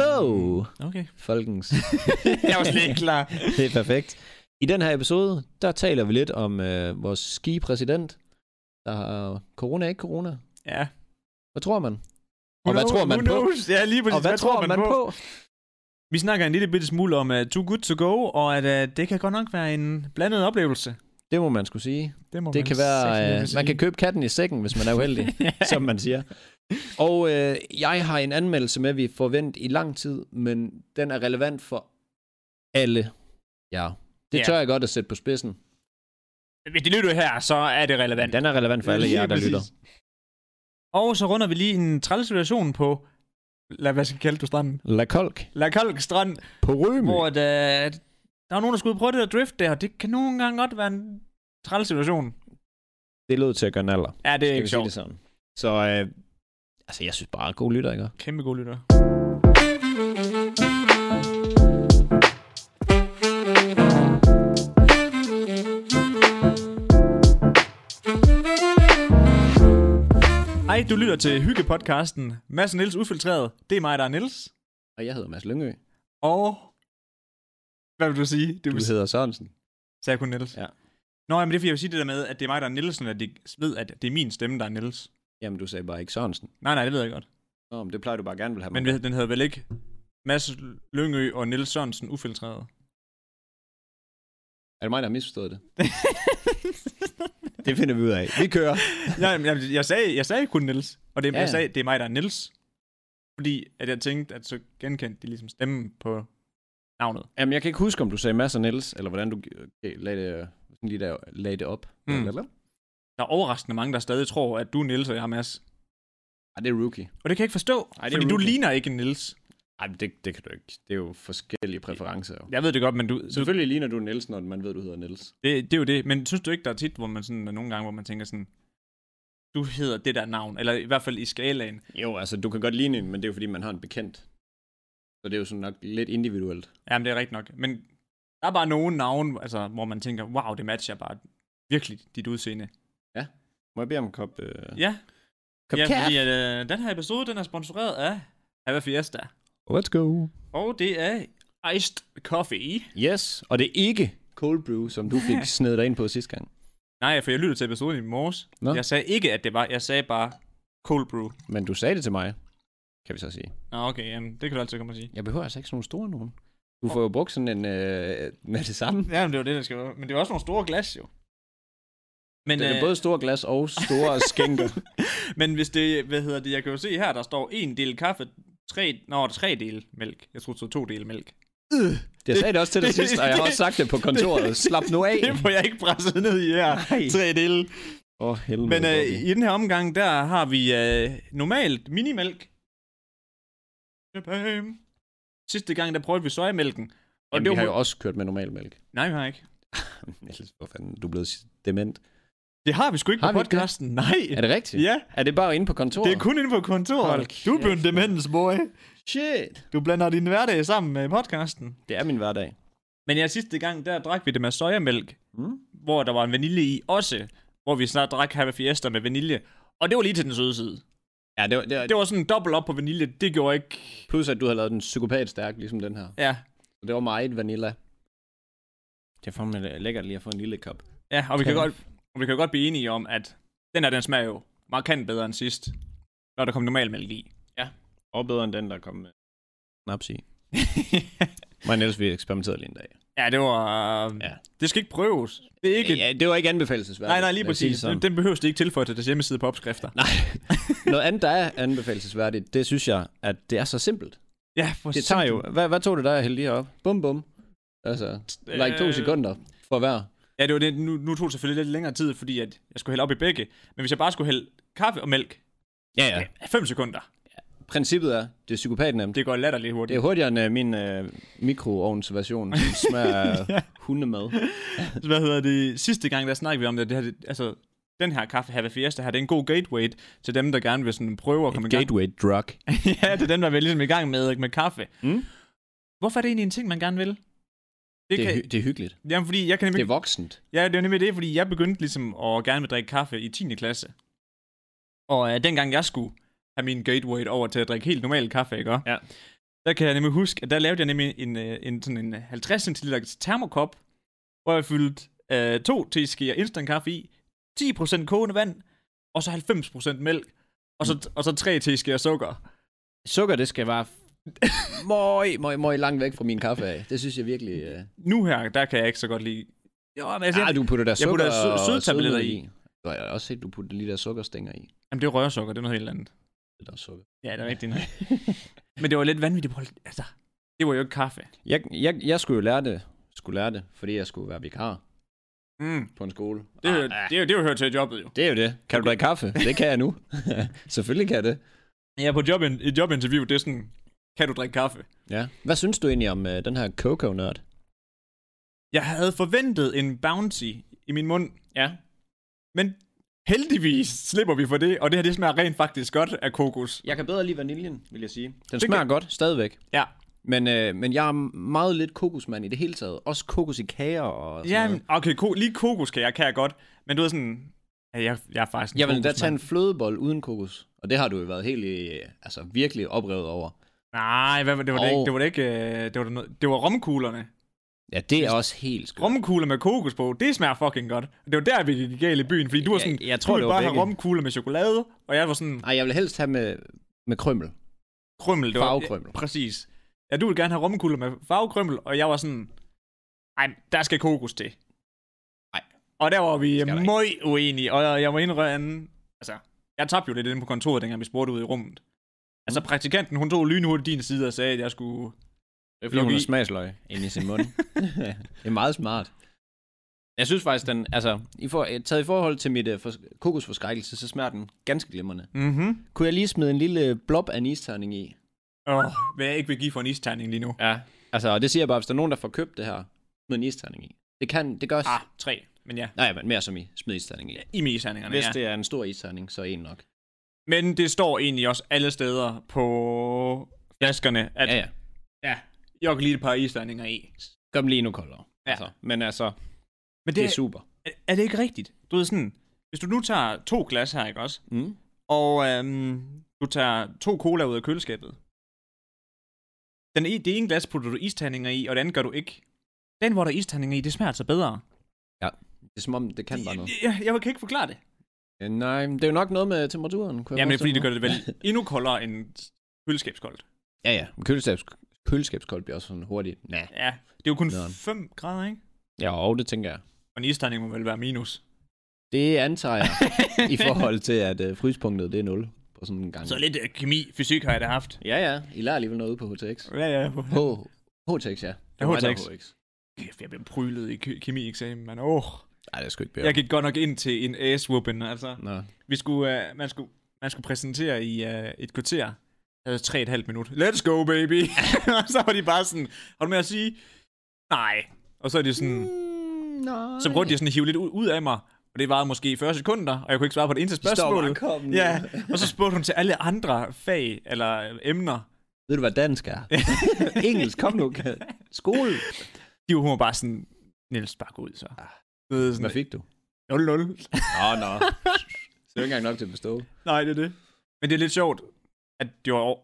Yellow! Okay. Folkens. Øhm. Jeg var slet ikke klar. Det er perfekt. I den her episode, der taler vi lidt om øh, vores skipræsident, der har corona, ikke corona. Ja. Hvad tror man? Og hvad tror man who på? knows? Ja, lige præcis. Og hvad tror man på? Vi snakker en lille bitte smule om uh, Too Good To Go, og at uh, det kan godt nok være en blandet oplevelse. Det må man skulle sige. Det, må Det kan være, øh, man kan købe katten i sækken, hvis man er uheldig, som man siger. Og øh, jeg har en anmeldelse med, vi får vendt i lang tid, men den er relevant for alle. Ja, det Ja. tør jeg godt at sætte på spidsen. Hvis de lytter her, så er det relevant. Den er relevant for alle jer, der lytter. Og så runder vi lige en træls situation på, lad, hvad skal kalde du stranden? La Kolk La Kolk Strand, på Rømø. hvor at, uh, der er nogen, der skulle ud og prøve det der drift der, og det kan nogle gange godt være en træls situation. Det lød til at gøre naller. Ja, det er Skal ikke vi sige sjovt. det sådan? Så øh, altså, jeg synes bare, god lytter, ikke? Kæmpe god lytter. Hej, du lytter til Hygge-podcasten. Mads og Niels Ufiltreret. Det er mig, der er Niels. Og jeg hedder Mads Lyngø. Og... Hvad vil du sige? Du Du vil sige, hedder Sørensen. sagde jeg kun Niels. Ja. Nå, men det er fordi, jeg vil sige det der med, at det er mig, der er Nielsen, at de ved, at det er min stemme, der er Niels. Jamen, du sagde bare ikke Sørensen. Nej, nej, det ved jeg godt. Nå, men det plejer du bare gerne vil have. Men mig. det- den hedder vel ikke Mads Lyngø og Niels Sørensen ufiltreret? Er det mig, der har misforstået det? Det finder vi ud af. Vi kører. Nej, men jeg, jeg, sagde, jeg sagde kun Niels, og det, ja. Ja. jeg sagde, det er mig, der er Niels. Fordi at jeg tænkte, at så genkendte de ligesom stemmen på navnet. Jamen, jeg kan ikke huske, om du sagde Mads og Niels, eller hvordan du okay, lagde, det, sådan lige der, lagde det op. Mm. Lalalala. Der er overraskende mange, der stadig tror, at du er Niels, og jeg er Mads. Ej, det er rookie. Og det kan jeg ikke forstå, Ej, det er fordi du rookie. ligner ikke en Niels. Ej, men det, det kan du ikke. Det er jo forskellige præferencer. Jo. Jeg ved det godt, men du, du Selvfølgelig ligner du Niels, når man ved, du hedder Niels. det, det, er jo det. Men synes du ikke, der er tit, hvor man sådan, er nogle gange, hvor man tænker sådan, du hedder det der navn, eller i hvert fald i skalaen. Jo, altså, du kan godt ligne en, men det er jo, fordi man har en bekendt. Så det er jo sådan nok lidt individuelt. Jamen, det er rigtigt nok. Men der er bare nogle navne, altså, hvor man tænker, wow, det matcher bare virkelig dit udseende. Må jeg bede om en kop... Øh... Ja, Kop ja fordi kaffe? at, øh, den her episode, den er sponsoreret af Hava Fiesta. Let's go. Og det er Iced Coffee. Yes, og det er ikke cold brew, som du fik snedet dig ind på sidste gang. Nej, for jeg lyttede til episoden i morges. Nå. Jeg sagde ikke, at det var, jeg sagde bare cold brew. Men du sagde det til mig, kan vi så sige. Nå, okay, jamen, det kan du altid komme og sige. Jeg behøver altså ikke sådan nogle store nogen. Du får jo brugt sådan en øh, med det samme. Ja, men det var det, der skal være. Men det er også nogle store glas, jo. Men, øh, Men, det er både store glas og store skænker. men hvis det, hvad hedder det, jeg kan jo se her, der står en del kaffe, tre, nå, tre dele mælk. Jeg tror, det stod to dele mælk. Jeg sagde det også til dig det- sidst, og jeg har også sagt det på kontoret. Slap nu af. Det får jeg ikke presset ned i her. Nej. Tre dele. Åh, oh, helvede. Men øh, Bobby. i den her omgang, der har vi øh, normalt minimælk. Jabam. Sidste gang, der prøvede vi sojamælken. Og Jamen, det var... vi har jo også kørt med normal mælk. Nej, vi har ikke. Ellers, hvor fanden, du er blevet dement. Det har vi sgu ikke Har på vi ikke det? podcasten. Nej. Er det rigtigt? Ja, Er det bare inde på kontoret? det er kun inde på kontoret. Hold du er blevet kæft, mand. demens, boy. Shit. Du blander din hverdag sammen med podcasten. Det er min hverdag. Men ja, sidste gang, der drak vi det med sojamælk, Mm. hvor der var en vanilje i også. Hvor vi snart drak Happy Fiesta med vanilje. Og det var lige til den søde side. Ja, det var, det var, Det var sådan dobbelt op på vanilje. Det gjorde ikke... Plus, at du har lavet den psykopat stærk, ligesom den her. Ja, Så det var meget vanilla. Det er fandme lækkert lige at få en lille kop. Ja, og vi kan, Ja. godt, og vi kan godt blive enige om, at den her, den smager jo markant bedre end sidst, når der kom normal mælk i. Og bedre end den, der kom med snaps i. Mig og Niels, vi eksperimenterede lige en dag. ja, det var... Ja. Ja. Det skal ikke prøves. Det er ikke... Ja, det var ikke anbefalesværdigt. nej, nej, lige lad os sige det præcis. Den, sådan. den behøver det ikke tilføje til deres hjemmeside på opskrifter. Nej. Noget andet, der er anbefalesværdigt, det synes jeg, at det er så simpelt. Ja, for Det tager jo... Hvad, hvad tog det dig at hælde lige op? Bum, bum. Altså, like to Øh. sekunder for hver. Ja, det var det. Nu, nu tog det selvfølgelig lidt længere tid, fordi at jeg skulle hælde op i begge. Men hvis jeg bare skulle hælde kaffe og mælk, Ja, ja. 5 sekunder. Princippet er, det er psykopatnemt. Det går latterligt Det hurtigt. er hurtigere end uh, min uh, mikroovnsversion, som smager af hundemad. Hvad hedder det? Sidste gang, der snakkede vi om det. det, her, det altså, den her kaffe, Have Fiesta her, det er en god gateway til dem, der gerne vil sådan prøve at komme i gang. Gateway drug. ja, det er den, der er ligesom i gang med, med kaffe. Mm. Hvorfor er det egentlig en ting, man gerne vil? Det, Det, er, kan, hy- det er hyggeligt. jamen, fordi jeg kan Det nemlig, er det voksent. ja, det er nemlig det, fordi jeg begyndte ligesom at gerne vil drikke kaffe i 10. klasse. Og øh, dengang jeg skulle have min gateway over til at drikke helt normal kaffe, ikke? også? Ja. der kan jeg nemlig huske, at der lavede jeg nemlig en, øh, en, sådan en 50 cl termokop, hvor jeg fyldte øh, to teskeer instant kaffe i, 10% kogende vand, og så 90% mælk, og Mm. så, og så tre teskeer sukker. Sukker, det skal være møj, møj, møj langt væk fra min kaffe af. Det synes jeg virkelig... Øh... Nu her, der kan jeg ikke så godt lide... Jo, men altså, Ah, du putter der jeg sukker putter sø- og sødtabletter sødmiddel Du har jeg også set, du putter lige der sukkerstænger i. Jamen, det er rørsukker, det er noget helt andet. Det der sukker. Ja, det er rigtigt nok. Men det var lidt vanvittigt. prøv lige- Altså, det var jo ikke kaffe. Jeg, jeg, jeg skulle jo lære det, skulle lære det, fordi jeg skulle være vikar Mm. på en skole. Det, Ah, ah, ah, det, det, det, det hører til jobbet jo. det er jo det. Kan du drikke kaffe? Det kan jeg nu. Selvfølgelig kan jeg det. Ja, på job, et jobinterview, det er sådan, kan du drikke kaffe? Ja. Hvad synes du egentlig om øh, den her coco-nørd? Jeg havde forventet en bouncy i min mund, ja. Men heldigvis slipper vi for det, og det her, det smager rent faktisk godt af kokos. Jeg kan bedre lide vaniljen, vil jeg sige. Den Det smager godt, stadigvæk. Ja. Men, øh, men jeg er meget lidt kokosmand i det hele taget. Også kokos i kager og sådan Ja, noget. okay, ko- lige kokos kan jeg, kan jeg godt. Men du ved sådan, ja, jeg, jeg er faktisk en Jeg vil da tage kokosmand. en flødebold uden kokos. Og det har du jo været helt, i, altså virkelig oprevet over. Nej, hvad, var- det var det Og- ikke. Det var det ikke. øh, Det var, det noget, det var romkuglerne. Ja, det er også helt skørt. Romkugler med kokos på, det smager fucking godt. Og Det var der, vi gik galt i byen, fordi du var Jeg- sådan, jeg tror, du ville det var bare have begge. romkugler med chokolade, og jeg var sådan, Ej, jeg vil helst have med, med krømmel. krømmel. Det var, Farvekrømmel. Ja, præcis. Ja, du ville gerne have romkugler med farvekrømmel, og jeg var sådan, nej, der skal kokos til. Nej. Og der var vi Skal der møj uenige, og jeg må indrømme, altså, jeg tabte jo lidt inde på kontoret, dengang vi spurgte ud i rummet. Mm. Altså, praktikanten, hun tog lynhurtigt din side og sagde, at jeg skulle... Det er fordi, hun Lukke har i. smagsløg inde i sin mund. det er meget smart. Jeg synes faktisk, den, altså, i for, eh, taget i forhold til mit uh, for, kokosforskrækkelse, så smager den ganske glimrende. Mhm. Kunne jeg lige smide en lille blob anisterning i? Åh, hvad jeg ikke vil give for en isterning lige nu. Ja. Altså, og det siger jeg bare, hvis der er nogen, der får købt det her, smid en isterning i. Det kan, det gør... Ah, Ah. tre. Men ja, Nej, men mere som i, smid isterning i. i med isterningerne, Hvis ja. det er en stor isterning, så en nok. Men det står egentlig også alle steder på flaskerne, at Ja, ja. ja. jeg kan lige et par islandinger E. i. Gør dem lige endnu koldere. Ja. Altså, men altså, Men det er er, super. er det ikke rigtigt? Du ved sådan, hvis du nu tager to glas her, ikke også? Mm. Og øhm, du tager to cola ud af køleskabet. Den e, det ene glas putter du isterninger i, og det andet gør du ikke. Den, hvor der er isterninger i, det smager altså bedre. Det er som om, det kan bare noget. Jeg, jeg, jeg kan ikke forklare det. Ja, Nej, men det er jo nok noget med temperaturen. kunne jeg Jamen, det er fordi, forestille det gør mig. det vel endnu koldere end køleskabskoldt. Ja, ja. Men Køleskabs, køleskabskoldt bliver også sådan hurtigt. Nej. Ja, det er jo kun Nederen. 5 grader, ikke? Ja, og det tænker jeg. Og en isterning må vel være minus. Det antager jeg i forhold til, at øh, fryspunktet det er 0 på sådan en gang. Så lidt øh, kemi, fysik har jeg da haft. Ja, ja. I lærer alligevel noget ude på HTX. Ja, ja. H HTX, ja. Det Ja, var mig, der HTX. var HTX. Kæft, jeg blev prylet i ke- kemieksamen, man. Åh. Nej, det skulle ikke Ja. blive. Jeg gik godt nok ind til en ass-whooping, altså. Nå. Vi skulle, uh, man, skulle, man skulle præsentere i uh, et kvarter. Jeg havde 3,5 minut. Let's go, baby! og så var de bare sådan, har du med at sige? Nej. Og så er de sådan, Mm, nej. så prøvede de sådan at hive lidt ud, ud af mig. Og det varede måske 40 sekunder, og jeg kunne ikke svare på det eneste spørgsmål. spørgsmål. Ja, og så spurgte hun til alle andre fag eller øh, emner. Ved du, hvad dansk er? Engelsk, kom nu. Kat. Skole. de var, hun var bare sådan, Niels, bare gå ud så. Du ved, Hvad sådan, fik du? 0 Nå, nå. Så er ikke engang nok til at bestå. Nej, det er det. Men det er lidt sjovt, at det var over-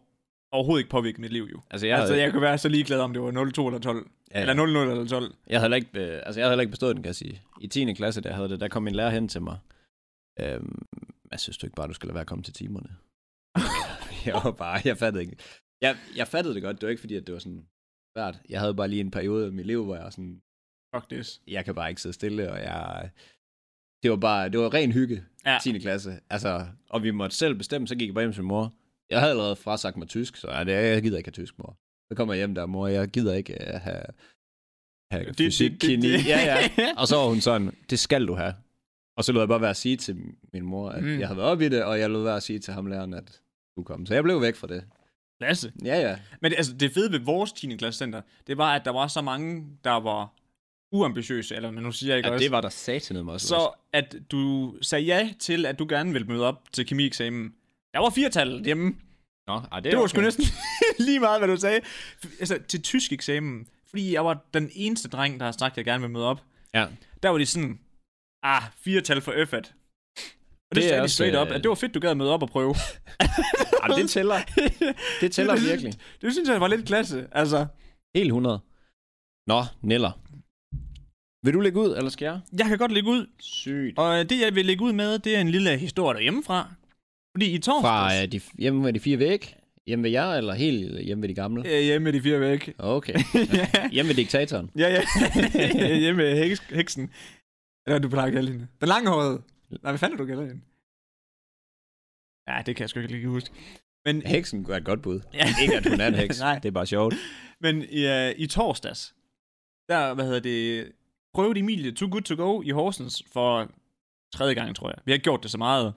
overhovedet ikke påvirket mit liv jo. Altså, Ja, jeg, altså, havde, jeg kunne være så ligeglad, om det var 0,2 eller 12. Ja, ja. Eller 0,0 eller 12. Jeg havde heller ikke, øh, altså jeg havde heller ikke bestået den, kan jeg sige. I 10. klasse, der, havde det, der kom min lærer hen til mig. Øhm, jeg synes du ikke bare, du skal lade være at komme til timerne. jeg var bare, jeg fattede ikke. Jeg, jeg fattede det godt, det var ikke fordi, at det var sådan svært. Jeg havde bare lige en periode i mit liv, hvor jeg var sådan, Fuck this. jeg kan bare ikke sidde stille, og jeg... Det var bare, det var ren hygge, Ja. ja. 10. klasse. Altså, og vi måtte selv bestemme, så gik jeg bare hjem til mor. Jeg havde allerede frasagt mig tysk, så ja, det, jeg gider ikke have tysk, mor. Så kommer jeg hjem der, mor, jeg gider ikke uh, have, have Det- det- fysik, det- kemi. det- Ja, ja. Og så var hun sådan, det skal du have. Og så lod jeg bare være at sige til min mor, at Mm. mm. jeg havde været oppe i det, og jeg lod være at sige til ham læreren, at du kom. Så jeg blev væk fra det. Klasse. Ja, ja. Men det, altså, det fede ved vores 10. klassecenter, det var, at der var så mange, der var uambitiøse, eller men nu siger jeg ikke ja også. det var der satanede mig også. Så at du sagde ja til, at du gerne ville møde op til kemieksamen. Der var firetal hjemme. Nå, ej, det, Det var sgu næsten lige meget, hvad du sagde. F- Altså, til tysk eksamen, fordi jeg var den eneste dreng, der har sagt, at jeg gerne vil møde op, Ja. der var de sådan, ah, fire tal for øffet. Og det, Det er det sagde de også, straight op, øh, at det var fedt, du gad møde op og prøve. Jamen, det tæller. Det tæller synes- virkelig. Det synes jeg var lidt klasse. Altså, Helt 100. Nå, Neller. Vil du lægge ud, eller skal jeg? jeg kan godt lægge ud. Sygt. Og øh, det, jeg vil lægge ud med, det er en lille historie derhjemmefra. Fordi i torsdags... Fra øh, de, hjemme ved de fire væg? Hjemme ved jer, eller helt hjemme ved de gamle? Øh, hjemme med de fire væk. Okay. ja, Hjemme ved diktatoren. ja. ja. hjemme med heks, heksen. Eller du plejer at kalde hende. Den langhårede. Nej, hvad fanden er du kalder hende? Ja, det kan jeg sgu ikke lige huske. Men, Heksen er et godt bud. ja. Ikke at hun er en heks. Nej. Det er bare sjovt. Men i, øh, i torsdags, der, hvad hedder det, prøvede Emilie Too Good To Go i Horsens for tredje gang, tror jeg. Vi har ikke gjort det så meget.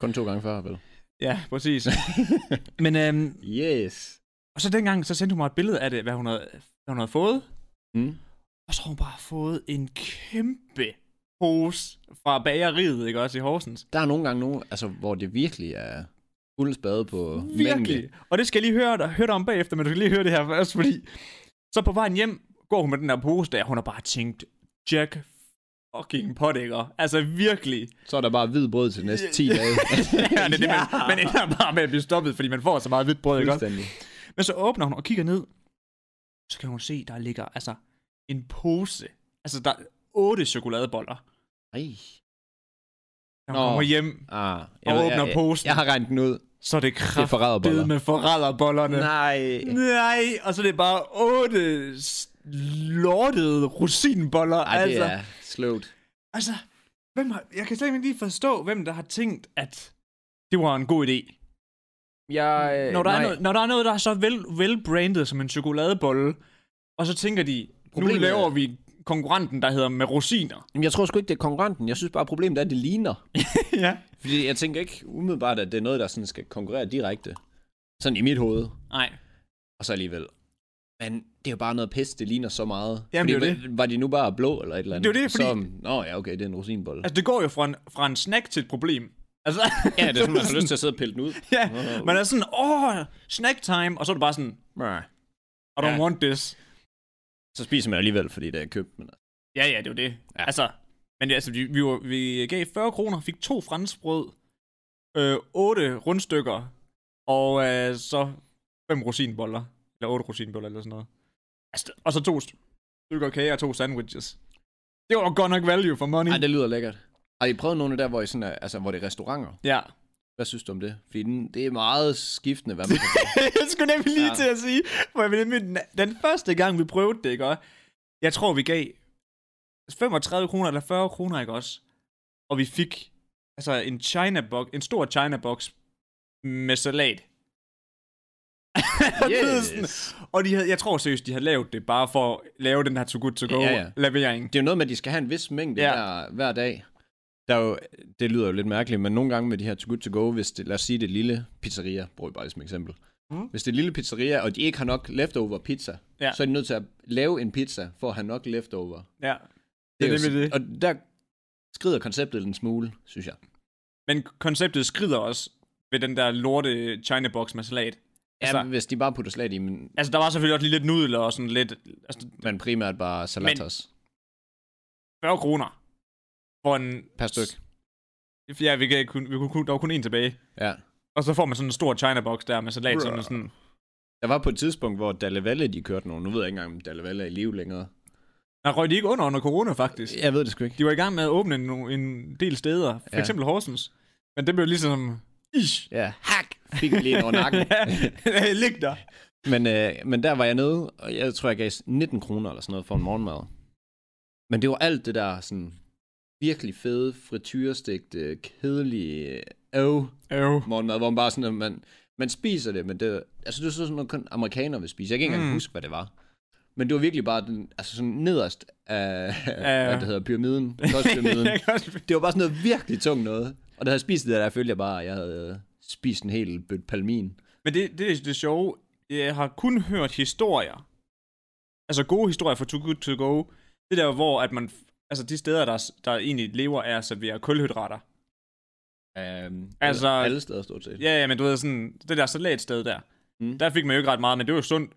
Kun to gange før, vel? Ja, præcis. Men øhm, Yes. og så dengang, så sendte hun mig et billede af det, hvad hun havde, hvad hun havde fået. Mm. Og så har hun bare fået en kæmpe pose fra bageriet, ikke også, i Horsens. Der er nogle gange nogen, altså, hvor det virkelig er fuld spade på Virkelig. mængde. øh, Og det skal jeg lige høre dig, høre dig om bagefter, men du skal lige høre det her først, fordi... Så på vejen hjem går hun med den der pose der, hun har bare tænkt, Jack fucking potikker. Altså virkelig. Så er der bare hvid brød til de næste 10 dage. ja, det er det, man, man ender bare med at blive stoppet, fordi man får så meget hvidt brød, ikke også? Fuldstændig. Men så åbner hun og kigger ned, så kan hun se, der ligger altså en pose. Altså, der er otte chokoladeboller. Ej. Når Nå. hun kommer hjem, Ah, Og åbner jeg, posen. Jeg har regnet den ud. så er det Det er kraft forræderboller. med forræderbollerne. Nej. Nej, og så er det bare otte s- lortede rosinboller. Ej, det altså, er sløvt. altså hvem har, jeg kan slet ikke lige forstå, hvem der har tænkt, at det var en god idé. Jeg, øh, Når der, er noget, når der er noget, der er så vel, velbrandet som en chokoladebolle, og så tænker de, Problemet nu er- laver vi konkurrenten, der hedder med rosiner. jeg tror sgu ikke, det er konkurrenten. Jeg synes bare, problemet er, at det ligner. ja. Fordi jeg tænker ikke umiddelbart, at det er noget, der sådan skal konkurrere direkte. Sådan i mit hoved. Nej. Og så alligevel. Men det er jo bare noget pis, det ligner så meget. Jamen, fordi, det er jo Var de nu bare blå eller et eller andet? Det er jo det, Så, nå ja, okay, det er en rosinbolle. Altså, det går jo fra en, fra en snack til et problem. Altså, ja, det er sådan, man har lyst til at sidde og pille den ud. ja, man er sådan, åh, snack time, og så er det bare sådan, I don't Ja. want this. Så spiser man alligevel, fordi det er købt. Men... Ja, ja, det er jo det. Ja. Ja. Altså, men det, altså, vi, vi, var, vi gav 40 kroner, fik to franskbrød, øh, otte rundstykker, og øh, så fem rosinboller. Eller otte rosinboller, eller sådan noget. Altså, og så to stykker kage og to sandwiches. Det var godt nok value for money. Ej, det lyder lækkert. Har I prøvet nogle af der, hvor, I sådan er, altså, hvor det er restauranter? Ja. Hvad synes du om det? Fordi den, det er meget skiftende, hvad man kan jeg skulle nemlig lige Ja. ja. til at sige, for jeg ville nemlig, den, den første gang, vi prøvede det, ikke også? Jeg tror, vi gav 35 kroner eller 40 kroner, ikke også? Og vi fik altså en China box, en stor China box med salat. Og det er sådan- og de havde, jeg tror seriøst, de havde lavet det bare for at lave den her too good to go Ja, ja, ja. ja. levering. Det er jo noget med, at de skal have en vis mængde ja. Ja. hver, hver dag. Der er jo, det lyder jo lidt mærkeligt, men nogle gange med de her too good to go, hvis det, lad os sige det er lille pizzeria, bruger jeg bare som eksempel. Mm. Mm. Hvis det er lille pizzeria, og de ikke har nok leftover pizza, ja. Ja. så er de nødt til at lave en pizza for at have nok leftover. Ja. Det er Det er jo, nemlig det. Og der skrider konceptet en smule, synes jeg. Men konceptet skrider også ved den der lorte China box med salat. Ja, Altså- altså, hvis de bare putter slet i, men, Altså, der var selvfølgelig også lige lidt nudler og sådan lidt... Altså, men primært bare salatos. 40 kroner for en... Per styk. Ja, vi gav kun, vi kunne, kun- der var kun en tilbage. Ja. Og så får man sådan en stor China-box der med salat, som er sådan... Der var på et tidspunkt, hvor Dalle Valle, de kørte nogle. Nu ved jeg ikke engang, om Dalle Valle er i live længere. Der røg de ikke under under corona, faktisk. Jeg ved det sgu ikke. De var i gang med at åbne en, en del steder, for Ja. ja. eksempel Horsens. Men det blev ligesom... Ish! Ja. Hak! Fik lige en over nakken. Ja, Lig der! Men, øh, men der var jeg nede, og jeg tror, jeg gav 19 kroner eller sådan noget for en morgenmad. Men det var alt det der sådan virkelig fede, frityrestegte, kedelige øh, øv Øv. morgenmad, hvor man bare sådan, at man, man spiser det, men det, altså det er sådan noget, kun amerikanere vil spise. Jeg kan ikke engang Mm. huske, hvad det var. Men det var virkelig bare den, altså sådan nederst af, ja. hvad det hedder, pyramiden, kostpyramiden. Jeg kan også- det var bare sådan noget virkelig tungt noget. Og da jeg spiste det der, der følte jeg bare, at jeg havde øh, spist en hel bødt palmin. Men det, det er det sjove. Jeg har kun hørt historier. Altså gode historier fra Too Good To Go. Det der, hvor at man... Altså de steder, der, der egentlig lever af at servere kulhydrater. Øhm, Altså- alle steder stort set. Ja, ja, men du ved sådan... Det der salatsted der. Mm. Mm. Der fik man jo ikke ret meget, men det var jo sundt.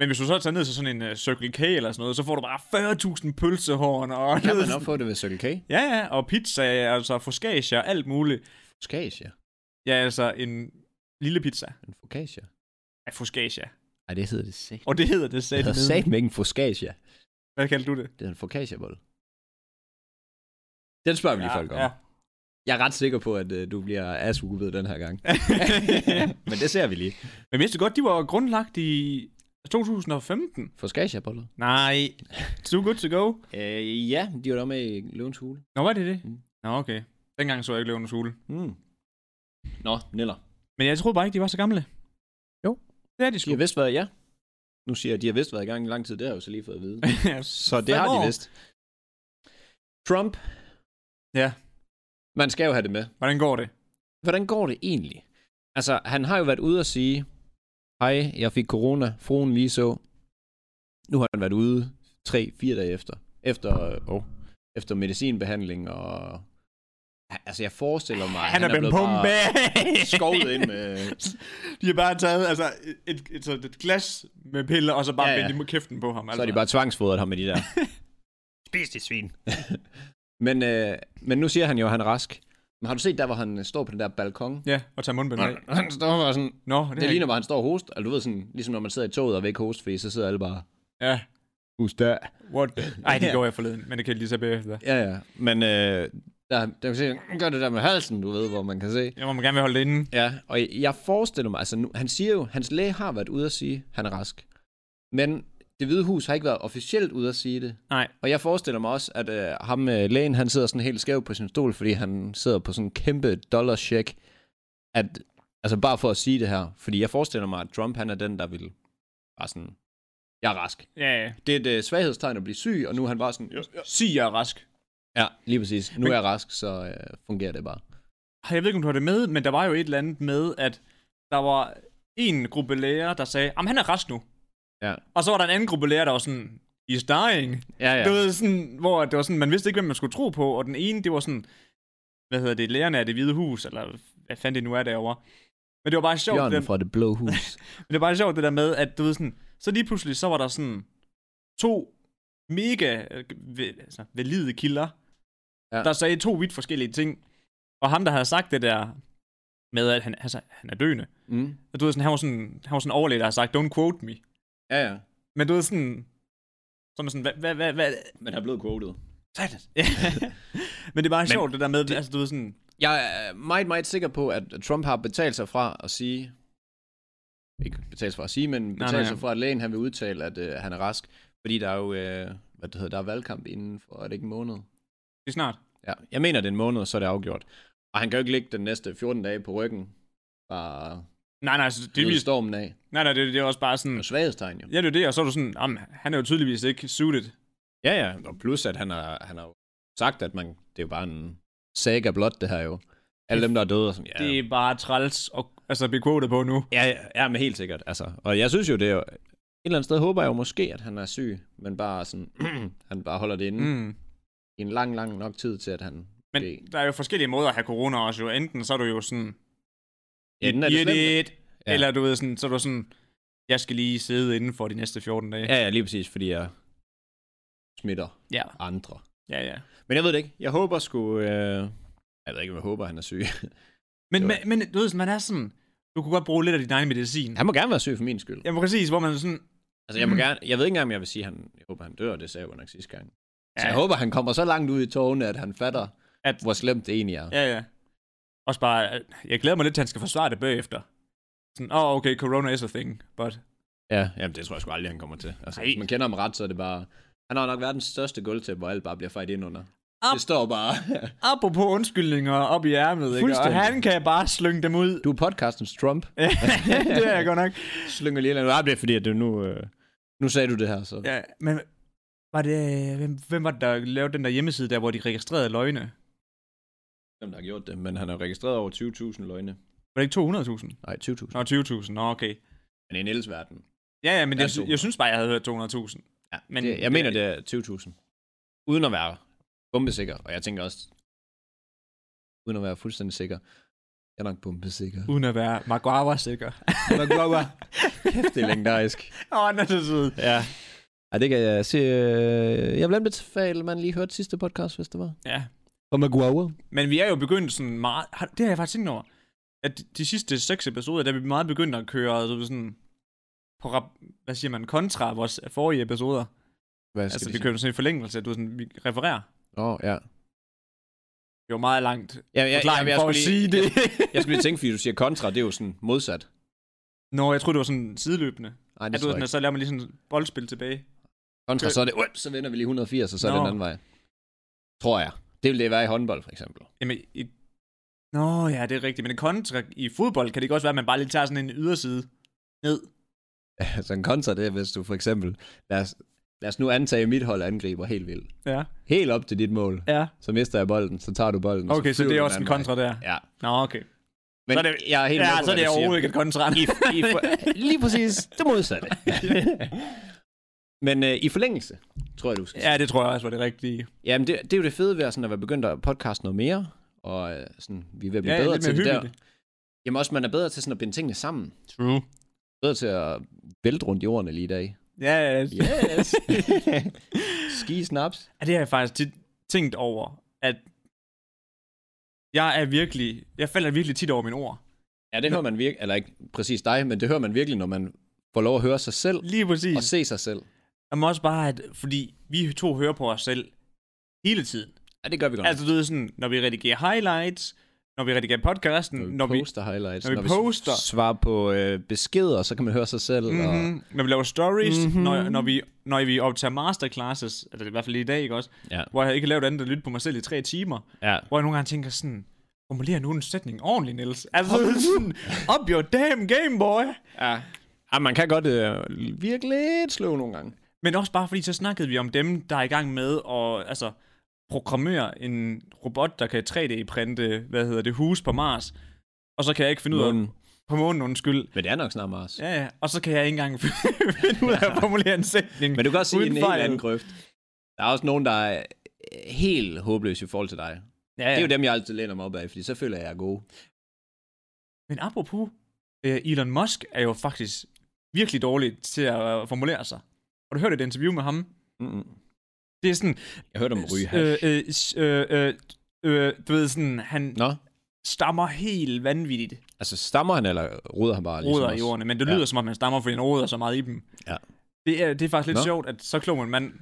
Men hvis du så tager ned til sådan en uh, Circle K eller sådan noget, så får du bare 40.000 pølsehorn og... Kan man nok få det ved Circle K? Ja, ja, og pizza, altså focaccia og alt muligt. Focaccia? Ja, altså en lille pizza En focaccia? af focaccia. Nej, det hedder det sæt. Og det hedder det Det sagde hedder det sæt med en focaccia. Hvad kaldte du det? Det er en focaccia-bolle. Den spørger vi lige folk om. Ja. Jeg er ret sikker på, at øh, du bliver asugubet den her gang. Men det ser vi lige. Men vidste du godt, de var grundlagt i 2015? Focaccia-bollet? Nej. Too good to go. Øh, ja, de var der med i løvens hule. Nå, var det det? Mm. Nå, okay. Dengang så jeg ikke Løvenes Hule. Mm. Nå, Niller. Men jeg troede bare ikke, de var så gamle. Jo. Det er de De sgu. har vist været, ja. Nu siger jeg, at de har vist været i gang i lang tid. Det har jeg jo så lige fået at vide. Så det Fem har år. de vist. Trump. Ja. Man skal jo have det med. Hvordan går det? Hvordan går det egentlig? Altså, han har jo været ude og sige, hej, jeg fik corona, fruen lige så. Nu har han været ude 3-4 dage efter. Efter, øh, oh, efter medicinbehandling og... Altså, jeg forestiller mig, han, er blevet bare pumpet. skovlet ind med De har bare taget altså, et, et, et, et glas med piller, og så bare Ja, ja, ja. ja. vendt imod kæften på ham. Altså. Så er de bare tvangsfodret ham med de der. Spis det svin. men, øh, men nu siger han jo, at han er rask. Men har du set der, hvor han øh, står på den der balkon? Ja, og tager mundbind af. Han står bare sådan... Nå, det, Det ligner bare, han står og hoster. Altså, du ved sådan, ligesom når man sidder i toget og vil ikke hoste, fordi så sidder alle bare... Ja, Hus der. what? Ej, det Ja. gjorde jeg forleden, men det kan jeg lige tage bagefter. Ja, ja. Men øh, der, der kan se, han gør det der med halsen, du ved, hvor man kan se. Jeg må gerne vil holde det inde. Ja, og jeg, jeg forestiller mig, altså nu, han siger jo, hans læge har været ude at sige, at han er rask. Men det hvide hus har ikke været officielt ude at sige det. Nej, Og jeg forestiller mig også, at øh, ham øh, lægen, han sidder sådan helt skæv på sin stol, fordi han sidder på sådan en kæmpe dollar check. At, altså bare for at sige det her, fordi jeg forestiller mig, at Trump, han er den, der vil bare sådan, jeg er rask. ja, ja. Det er et øh, svaghedstegn at blive syg, og nu er han bare sådan, Sig, jeg er rask. ja, lige præcis, nu Men- er jeg rask, så øh, fungerer det bare. Ej, Jeg ved ikke, om du har det med, men der var jo et eller andet med, at der var en gruppe læger, der sagde, at han er rask nu. Ja. Og så var der en anden gruppe læger, der var sådan, he's dying. Ja, Ja. Du ved, sådan, hvor det var sådan, man vidste ikke, hvem man skulle tro på, og den ene, det var sådan, hvad hedder det, lægerne af det hvide hus, eller hvad fanden det nu er derovre. Men det var bare sjovt, det, Bjørnen men fra det blå hus. det var bare sjovt det der med, at du ved sådan, så lige pludselig, så var der sådan to mega øh, ve- altså, valide kilder, ja. Ja. der sagde to vidt forskellige ting. Og ham, der havde sagt det der med, at han, altså, han er døende. mm. Og du ved sådan, han var sådan, han var sådan en overlæge, der har sagt, don't quote me. Ja, ja. Men du ved sådan, så er man sådan, hvad, hvad, hvad, hvad, Men han er blevet quoted. Satans. Men det er bare Men sjovt, det der med, det, altså du ved sådan, Jeg er meget, meget sikker på, at Trump har betalt sig fra at sige, ikke betalt sig fra at sige, men betalt nej. sig fra, at lægen han vil udtale, at øh, han er rask. Fordi der er jo, øh, hvad det hedder, der er valgkamp inden for, er det ikke en måned? det er snart. Ja, jeg mener, det er en måned, så er det afgjort. Og han kan jo ikke ligge den næste 14 dage på ryggen, bare Nej, nej, altså, det, det er, vil... vist- stormen af. nej, nej, det, det er også bare sådan, Og svaghedstegn jo. ja, det er det, og så er du sådan, jamen, han er jo tydeligvis ikke suited. Ja, ja, og plus at han har, han har jo sagt, at man, det er jo bare en saga blot, det her jo. Alle dem, der er døde, er sådan, ja, Ja. Det er bare træls at altså, blive quoted på nu. Ja, ja, ja, men helt sikkert. Altså. Og jeg synes jo, det er jo... Et eller andet sted håber jeg jo måske, at han er syg, men bare sådan, han bare holder det inde mm. Mm. i en lang, lang nok tid til, at han... Men det, der er jo forskellige måder at have corona også jo. Enten så er du jo sådan, enten er det "Get slemt, it," Ja. eller du ved sådan, så er du sådan, jeg skal lige sidde inden for de næste 14 dage. Ja, ja, lige præcis, fordi jeg smitter ja, andre. ja. ja. Men jeg ved det ikke. Jeg håber sgu... Øh... Jeg ved ikke, om jeg håber, han er syg. Men, Det men, men du ved sådan, man er sådan, du kunne godt bruge lidt af din egen medicin. Han må gerne være syg for min skyld. Ja, præcis, hvor man er sådan, Altså, jeg, må gerne, jeg ved ikke engang, om jeg vil sige, at han, jeg håber, han dør. Det sagde jeg jo nok sidste gang. Ja. Så Ja. jeg håber, han kommer så langt ud i tårne, at han fatter, At- at... hvor slemt det egentlig er. Ja. Ja, ja. Også bare, at jeg glæder mig lidt til, at han skal forsvare det bagefter. Sådan, åh, oh, okay, corona is a thing, but... ja jamen, det tror jeg sgu aldrig, han kommer til. Altså, Ej. hvis man kender ham ret, så er det bare... Han har nok verdens største gulvtæppe, hvor alt bare bliver fejt ind under. Op. Det står bare... Apropos undskyldninger op i ærmet, ikke? Og Fuldstændig. han kan bare slynge dem ud. du er podcastens Trump. det er jeg godt nok. Slynger lige eller andet. Det er fordi, at du nu... Øh... Nu sagde du det her, så... Ja. Ja, men var det, hvem, hvem var det, der lavede den der hjemmeside der, hvor de registrerede løgne? Dem, der har gjort det. Men han har registreret over 20.000 løgne. Var det ikke 200.000? Nej, 20.000. Nå, 20.000, nå, okay. Men i en ellers verden. Ja, ja, men Ja, jeg, sy- 200. jeg synes bare, jeg havde hørt 200.000. Ja, Men- men det, jeg mener, det er 20.000. Uden at være bombesikker, og jeg tænker også, uden at være fuldstændig sikker, jeg er nok bombesikker. Uden at være Maguire-sikker. Maguire. Kæft, det er legendarisk. Åh, oh, han er så sød. Ja. Ej, det kan jeg se. øh, Jeg vil anbefale, at man lige hørte sidste podcast, hvis det var. Ja. Og Maguire. Men vi er jo begyndt sådan meget... har- Det har jeg faktisk tænkt over. At de sidste seks episoder, der er vi meget begyndt at køre så vi sådan... På, rap- hvad siger man? Kontra vores forrige episoder. Hvad skal Altså, altså, vi kører sådan en forlængelse. Du er sådan, vi refererer. Åh, oh, ja. Det er jo meget langt. Ja, ja, Forklaring for at sige det. jeg skulle lige tænke, fordi du siger kontra, det er jo sådan modsat. Nå, jeg tror det var sådan sideløbende. Nej, At det du, tror jeg sådan, at ikke. så laver man lige sådan et boldspil tilbage. Kontra, så er det, "Ups, så vender vi lige 180, og så er det Nå. den anden vej. Tror jeg. Det vil det være i håndbold, for eksempel. Jamen, i... Nå, ja, det er rigtigt. Men kontra i fodbold kan det ikke også være, at man bare lige tager sådan en yderside ned. Altså en kontra, det er, hvis du for eksempel, lad os, lad os nu antage, at mit hold angriber helt vildt. Ja. Helt op til dit mål, Ja. så mister jeg bolden, så tager du bolden. Okay, så, flyver det er den også en anden kontra der. vej. Ja, Nå, okay. men Så så er er det- det, jeg er helt ja, med på, så er hvad det du siger. overhovedet ikke et kontra. I, i for, lige præcis det modsatte. Men øh, i forlængelse, tror jeg, du skal ja, det tror jeg også var det rigtige. Jamen, det, det er jo det fede ved at, sådan, at være begyndt at podcaste noget mere, og øh, sådan, vi er ved at blive Ja, bedre lidt til mere det der. hyggeligt. Jamen også, man er bedre til sådan at binde tingene sammen. True. Bedre til at vælte rundt i ordene lige i dag. Ja, ja, ja. Yes! Ski snaps. Ja, det har jeg faktisk tit tænkt over, at jeg er virkelig, jeg falder virkelig tit over mine ord. Ja, det hører man virkelig, eller ikke præcis dig, men det hører man virkelig, når man får lov at høre sig selv Lige præcis. og se sig selv. Jeg må også bare, at, fordi vi to hører på os selv hele tiden. Ja, det gør vi godt. Altså, du ved sådan, når vi redigerer highlights, når vi redigerer podcasten, når vi, poster highlights, når vi poster. svarer på øh, beskeder, så kan man høre sig selv. Og, mm-hmm, når vi laver stories, Mhm. mm-hmm. når, når, vi, når vi optager masterclasses, altså i hvert fald lige i dag, ikke også? ja, Hvor jeg ikke har lavet andet end at lytte på mig selv i tre timer. ja. Hvor jeg nogle gange tænker sådan, formulerer nu en sætning ordentligt, Niels. Altså sådan, up your damn game, boy. Ja. ja man kan godt øh, virke lidt sløv nogle gange. Men også bare fordi, så snakkede vi om dem, der er i gang med at altså, programmere en robot, der kan 3D-printe, hvad hedder det, hus på Mars. Og så kan jeg ikke finde ud af... Månen. På månen, undskyld. Men det er nok snart Mars. Ja. Ja, ja. Og så kan jeg ikke engang finde ud af at formulere en sætning. Men du kan også sige uden en fejl. helt anden grøft. Der er også nogen, der er øh, helt håbløse i forhold til dig. Ja. Ja, ja. Det er jo dem, jeg altid læner mig op af, fordi så føler jeg, at jeg er god. Men apropos, øh, Elon Musk er jo faktisk virkelig dårlig til at øh, formulere sig. Har du hørt et interview med ham? Mm-mm. Det er sådan, Jeg hørte om ryge øh, øh, s- øh, øh, øh, du ved sådan, han Nå, stammer helt vanvittigt altså stammer han, eller ruder han bare? ligesom roder i os? ordene, men det Ja. lyder som om, han stammer, fordi han roder så meget i dem. Ja. Det er, det er faktisk lidt Nå. sjovt, at så klog en mand,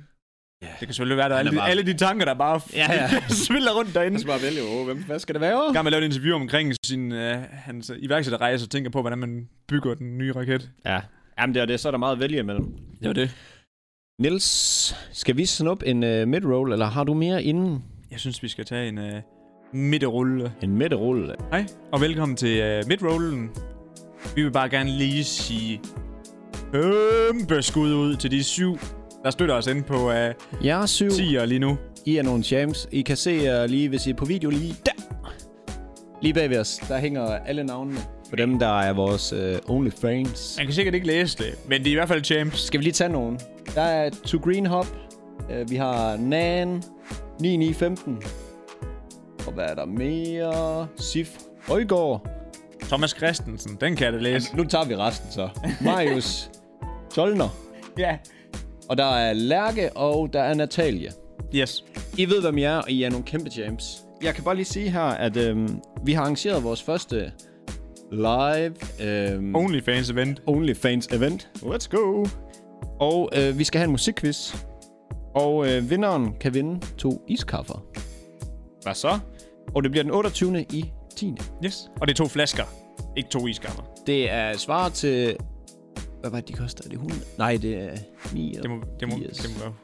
Ja. det kan selvfølgelig være, der er Han alle, er de, bare- alle de tanker, der bare Ja, Altså, ja. sviller rundt derinde. Jeg skal bare vælge, åh, hvem, hvad skal det være? Jeg har lavet et interview omkring sin, øh, hans øh, iværksætterrejse, og tænker på, hvordan man bygger den nye raket. Ja. Jamen, det er det, så er der meget at vælge imellem. Det var det. Nils, skal vi snuppe en uh, midroll, eller har du mere inden Jeg synes, vi skal tage en øh, midterulle. en midroll? Hej, og velkommen til øh, midterullen. Vi vil bare gerne lige sige kæmpe skud ud til de syv, der støtter os inde på øh, Jeg er syv, 10'er lige nu. I er nogle champs. I kan se jer lige, hvis I er på video lige der. Lige bag ved os, der hænger alle navnene på dem, der er vores øh, OnlyFans. Man kan sikkert ikke læse det, men det er i hvert fald champs. Skal vi lige tage nogen? Der er To Green Hop. Øh, vi har Nan. 9915. Og hvad er der mere? Sif Højgaard. Thomas Christensen, den kan jeg da læse. Nu tager vi resten så. Marius Tolner. Ja. Og der er Lærke, og der er Natalie. Yes. I ved, hvem I er, og I er nogle kæmpe champs. Jeg kan bare lige sige her, at øhm, vi har arrangeret vores første live øhm, Onlyfans event. OnlyFans event. Let's go! Og øh, vi skal have en musikquiz. Og øh, vinderen kan vinde to iskaffer. Hvad så? Og det bliver den 28. i 10. Yes. Og det er to flasker. Ikke to iskaffer. Det er svar til... Hvad var det, de koster? Er det 100? Nej, det er 89. Det må, det må, yes. det må være.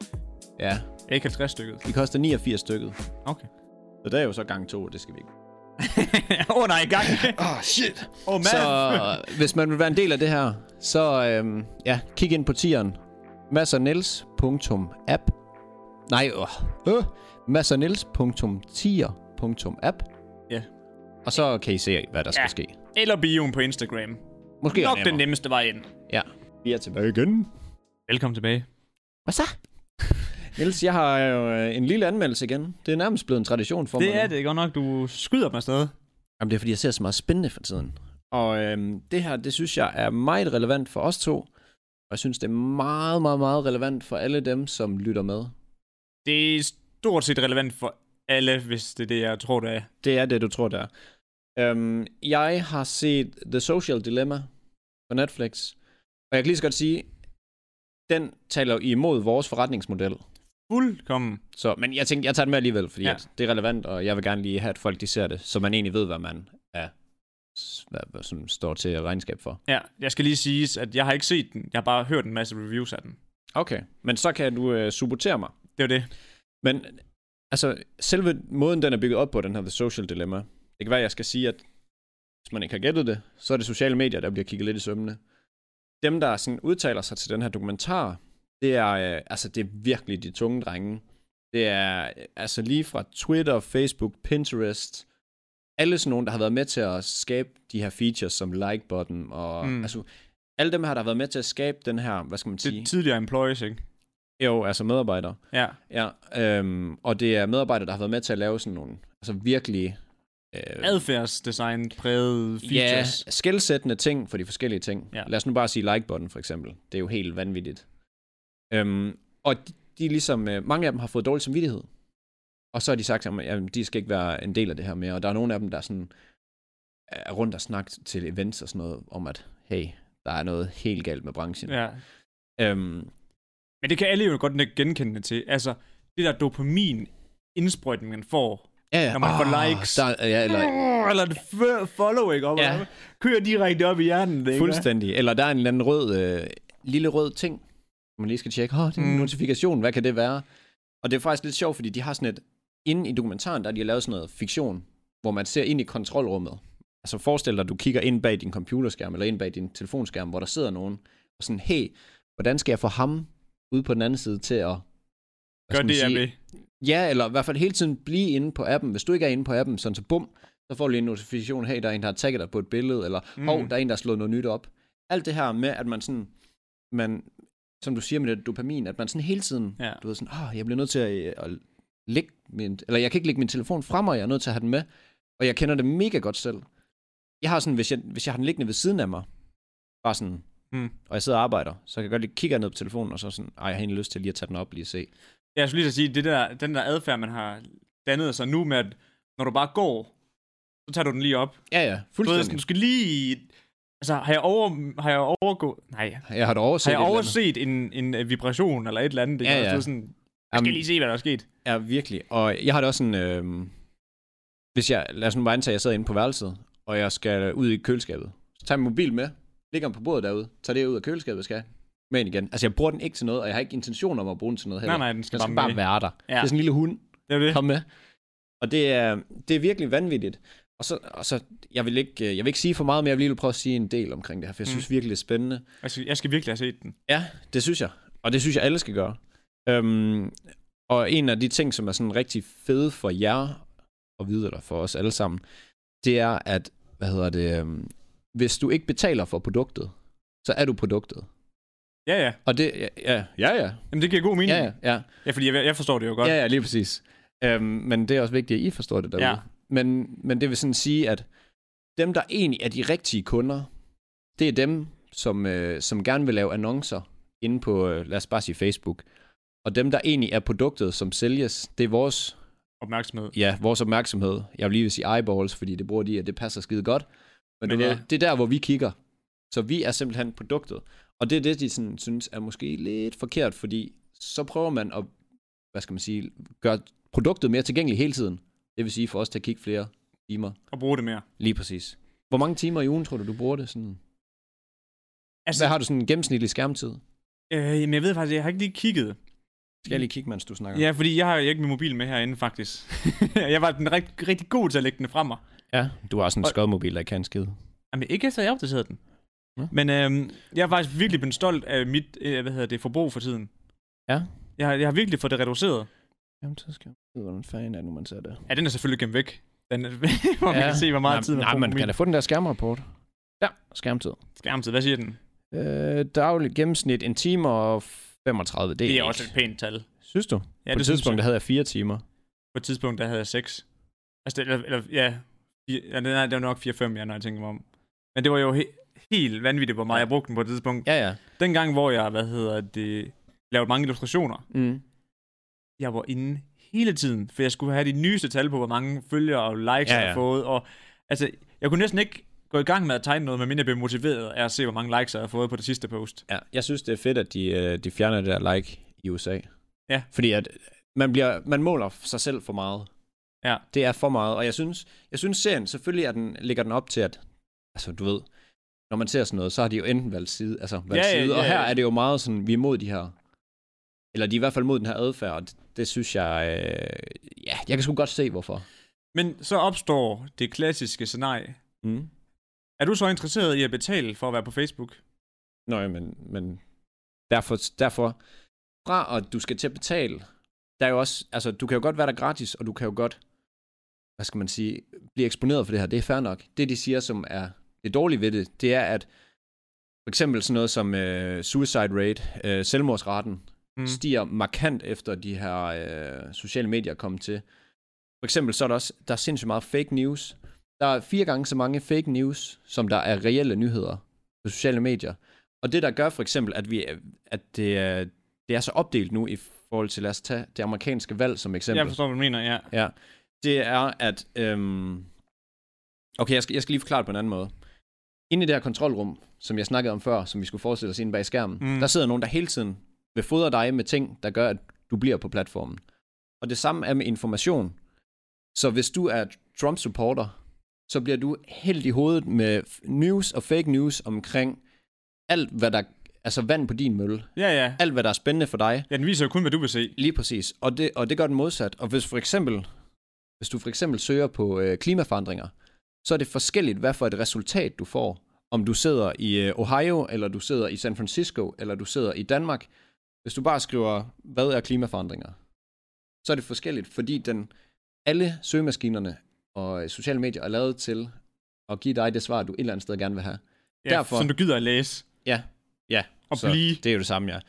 Ja, Ikke 50 stykket. de koster 89 stykket. Okay. Så der er jo så gang to, det skal vi ikke. Åh oh, nej, i gang. Ah, oh, shit! Åh oh, Så øh, hvis man vil være en del af det her, så øhm, ja, kig ind på tieren. Massernils.app Nej, øh. øh Massernils.tier.app Ja. Og så kan I se, hvad der skal Ja. ske. Eller bioen på Instagram. Måske er Nok den nemmere. nemmeste vej ind. Ja. Vi er tilbage igen. Velkommen tilbage. Hvad så? Niels, jeg har jo øh, en lille anmeldelse igen. Det er nærmest blevet en tradition for mig. Det er nu. det godt nok. Du skyder mig afsted. Jamen, det er fordi, jeg ser så meget spændende for tiden. Og øhm, det her, det synes jeg er meget relevant for os to. Og jeg synes, det er meget, meget, meget relevant for alle dem, som lytter med. Det er stort set relevant for alle, hvis det er det, jeg tror, det er. Det er det, du tror, det er. Øhm, jeg har set The Social Dilemma på Netflix. Og jeg kan lige så godt sige, den taler jo imod vores forretningsmodel. Fuldkommen. Så, men jeg tænkte, jeg tager den med alligevel, fordi Ja. ja. at det er relevant, og jeg vil gerne lige have, at folk de ser det, så man egentlig ved, hvad man er, s- hvad, hvad, som står til regnskab for. Ja, jeg skal lige sige, at jeg har ikke set den. Jeg har bare hørt en masse reviews af den. Okay, men så kan du øh, supportere mig. Det er jo det. Men altså, selve måden, den er bygget op på, den her The Social Dilemma, det kan være, jeg skal sige, at hvis man ikke har gættet det, så er det sociale medier, der bliver kigget lidt i sømmene. Dem, der sådan udtaler sig til den her dokumentar, det er, øh, altså, det er virkelig de tunge drenge. Det er øh, altså lige fra Twitter, Facebook, Pinterest, alle sådan nogen, der har været med til at skabe de her features som like-button, og Mm. mm. altså, alle dem her, der har været med til at skabe den her, hvad skal man Det er sige, tidligere employees, ikke? jo, altså medarbejdere. Ja. Ja, øhm, og det er medarbejdere, der har været med til at lave sådan nogle altså virkelig øh, Adfærdsdesign præget ja, features. skældsættende ting for de forskellige ting. Ja. Ja. Lad os nu bare sige like-button for eksempel. Det er jo helt vanvittigt. Øhm, og de, de er ligesom, øh, mange af dem har fået dårlig samvittighed. Og så har de sagt, at jamen, de skal ikke være en del af det her mere. Og der er nogle af dem, der sådan, er rundt og snakker til events og sådan noget, om at hey, der er noget helt galt med branchen. Ja. Øhm, Men det kan alle jo godt nikke genkendende til. Altså, det der dopamin indsprøjtning, man får. ja, ja. Når man får Ah, likes. Der, ja, eller, Eller, eller et f- follow, ikke? Op, Ja. ja. Kører direkte op i hjernen, det, ikke? Fuldstændig. Eller der er en eller anden rød, øh, lille rød ting, som man lige skal tjekke. Åh, det er en Mm. mm. notifikation. Hvad kan det være? Og det er faktisk lidt sjovt, fordi de har sådan et... Inde i dokumentaren, der har de lavet sådan noget fiktion, hvor man ser ind i kontrolrummet. Altså forestil dig, at du kigger ind bag din computerskærm, eller ind bag din telefonskærm, hvor der sidder nogen, og sådan, hey, hvordan skal jeg få ham ude på den anden side til at... hvad Gør skal man det, jeg sige, vil. Ja, eller i hvert fald hele tiden blive inde på appen. Hvis du ikke er inde på appen, sådan så bum, så får du lige en notifikation, hey, der er en, der har tagget dig på et billede, eller Mm. mm. hov, der er en, der har slået noget nyt op. Alt det her med, at man sådan, man, som du siger med det dopamin, at man sådan hele tiden, Ja. ja. du ved sådan, åh, jeg bliver nødt til at, øh, at lægge min, eller jeg kan ikke lægge min telefon fra mig, jeg er nødt til at have den med, og jeg kender det mega godt selv. Jeg har sådan, hvis jeg, hvis jeg har den liggende ved siden af mig, bare sådan, Mm. og jeg sidder og arbejder, så kan jeg godt lige kigge ned på telefonen, og så sådan, ej, jeg har egentlig lyst til lige at tage den op lige og se. Ja, Jeg skulle lige så sige, det der, den der adfærd, man har dannet sig nu med, at når du bare går, så tager du den lige op. Ja, ja, Du, ved, fuldstændig. sådan, du skal lige... Altså, har jeg, over, har jeg overgået... Nej. Jeg har da Har overset jeg et eller andet. overset en, en øh, vibration eller et eller andet? Det Ja, ja, ja. ja. Du er sådan, jeg skal Jamen, lige se, hvad der er sket. Ja, virkelig. Og jeg har det også sådan, øh, hvis jeg, lad os nu bare antage, at jeg sidder inde på værelset, og jeg skal ud i køleskabet. Så tager jeg min mobil med, lægger den på bordet derude, tager det ud af køleskabet, skal jeg med ind igen. Altså, jeg bruger den ikke til noget, og jeg har ikke intention om at bruge den til noget heller. Nej, nej, den skal, Den skal bare, bare med. være der. Ja. Det er sådan en lille hund, Det er jo det. kom med. Og det er, det er virkelig vanvittigt. Og så, og så jeg, vil ikke, øh, jeg vil ikke sige for meget, men jeg vil lige prøve at sige en del omkring det her, for jeg Mm. synes virkelig, det er spændende. Jeg skal, jeg skal virkelig have set den. Ja, det synes jeg. Og det synes jeg, alle skal gøre. Øhm, og en af de ting, som er sådan rigtig fede for jer og vide, eller for os alle sammen, det er, at, hvad hedder det, øhm, hvis du ikke betaler for produktet, så er du produktet. Ja, ja. Og det, ja, ja, ja, ja, Jamen, det giver god mening. ja, ja, ja, ja fordi jeg, jeg forstår det jo godt. ja, ja lige præcis. Øhm, men det er også vigtigt, at I forstår det derude. Ja. Ja. Men, men det vil sådan sige, at dem, der egentlig er de rigtige kunder, det er dem, som, øh, som gerne vil lave annoncer inde på, øh, lad os bare sige Facebook. Og dem, der egentlig er produktet, som sælges, det er vores, Opmærksomhed. ja, vores opmærksomhed. Jeg vil lige vil sige eyeballs, fordi det bruger de, og det passer skide godt. Men, Men Men øh, du ja. ja. ved, det er der, hvor vi kigger. Så vi er simpelthen produktet. Og det er det, de sådan, synes er måske lidt forkert, fordi så prøver man at, hvad skal man sige, gøre produktet mere tilgængeligt hele tiden. Det vil sige for os til at kigge flere timer. Og bruge det mere. Lige præcis. Hvor mange timer i ugen tror du, du bruger det? Sådan? Altså, Hvad har du sådan en gennemsnitlig skærmtid? øh, men jeg ved faktisk, jeg har ikke lige kigget. Skal jeg lige kigge, mens du snakker? Ja, fordi jeg har jo ikke min mobil med herinde, faktisk. jeg var den rigtig, rigtig god til at lægge den frem mig. ja. Du har sådan Og- en skodmobil, der ikke kan en skid. Jamen, ikke efter jeg opdaterede den. Ja. Nå. Men øhm, jeg er faktisk virkelig blevet stolt af mit, øh, hvad hedder det, forbrug for tiden. Ja. Jeg har, jeg har virkelig fået det reduceret. Jamen, så skal jeg vide, hvordan fanden er det, nu, man ser det. Ja, den er selvfølgelig gemt væk. Den, er- hvor man ja. kan se, hvor meget nej, tid man Nej, bruger man på kan min da få den der skærmrapport. Ja, skærmtid. skærmtid. Hvad siger den? Det, Øh, dagligt gennemsnit en time og 35. Det, det er ikke- også et pænt tal. Synes du? Ja, på det et synes tidspunkt jeg. der havde jeg fire timer. På et tidspunkt, der havde jeg seks. Altså, det, eller, eller, ja, fire- ja, nej, det var nok 4-5, ja, når jeg tænker mig om. Men det var jo he- helt vanvittigt, hvor meget jeg brugte den på et tidspunkt. Ja, ja. Dengang, hvor jeg, hvad hedder det, lavede mange illustrationer, Mm. jeg var inde hele tiden, for jeg skulle have de nyeste tal på, hvor mange følgere og likes ja, ja. Ja, jeg ja. har fået. Og, altså, jeg kunne næsten ikke gå i gang med at tegne noget, medmindre jeg blev motiveret af at se, hvor mange likes jeg havde fået på det sidste post. Ja, jeg synes, det er fedt, at de, øh, de fjerner det der like i USA. Ja. Fordi at man, bliver, man måler sig selv for meget. Ja. Det er for meget, og jeg synes, jeg synes serien, selvfølgelig er den, ligger den op til, at altså, du ved, når man ser sådan noget, så har de jo enten valgt side, altså valgt Ja, ja, side, og ja, her ja. er det jo meget sådan, vi er mod de her, eller de er i hvert fald mod den her adfærd, og det, det synes jeg, øh, ja, jeg kan sgu godt se, hvorfor. Men så opstår det klassiske scenarie. Mm. Er du så interesseret i at betale for at være på Facebook? Nå ja, men, men derfor, derfor, fra at du skal til at betale, der er jo også, altså du kan jo godt være der gratis, og du kan jo godt, hvad skal man sige, blive eksponeret for det her, det er fair nok. Det de siger, som er det dårlige ved det, det er at, for eksempel sådan noget som øh, suicide rate, øh, selvmordsraten, mm. stiger markant efter de her øh, sociale medier er kommet til. For eksempel så er der også, der er sindssygt meget fake news. Der er fire gange så mange fake news, som der er reelle nyheder på sociale medier. Og det, der gør for eksempel, at, vi, at det, er- det er så opdelt nu i forhold til, lad os tage det amerikanske valg som eksempel. Jeg forstår, hvad du mener, ja. Ja, det er, at... Øhm... Okay, jeg skal, jeg skal lige forklare det på en anden måde. Inde i det her kontrolrum, som jeg snakkede om før, som vi skulle forestille os inde bag skærmen, Mm. mm. der sidder nogen, der hele tiden vil fodre dig med ting, der gør, at du bliver på platformen. Og det samme er med information. Så hvis du er Trump-supporter, så bliver du helt i hovedet med f- news og fake news omkring alt, hvad der... Altså vand på din mølle. Ja, ja. Alt, hvad der er spændende for dig, Ja, den viser jo kun, hvad du vil se. Lige præcis. Og det, og det gør den modsat. Og hvis for eksempel, hvis du for eksempel søger på øh, klimaforandringer, så er det forskelligt, hvad for et resultat du får. Om du sidder i øh, Ohio, eller du sidder i San Francisco, eller du sidder i Danmark. Hvis du bare skriver, hvad er klimaforandringer, så er det forskelligt, fordi den, alle søgemaskinerne og øh, sociale medier er lavet til at give dig det svar, du et eller andet sted gerne vil have. Ja, Derfor- Som du gider at læse. Ja, ja. Og blive. Det er jo det samme, ja.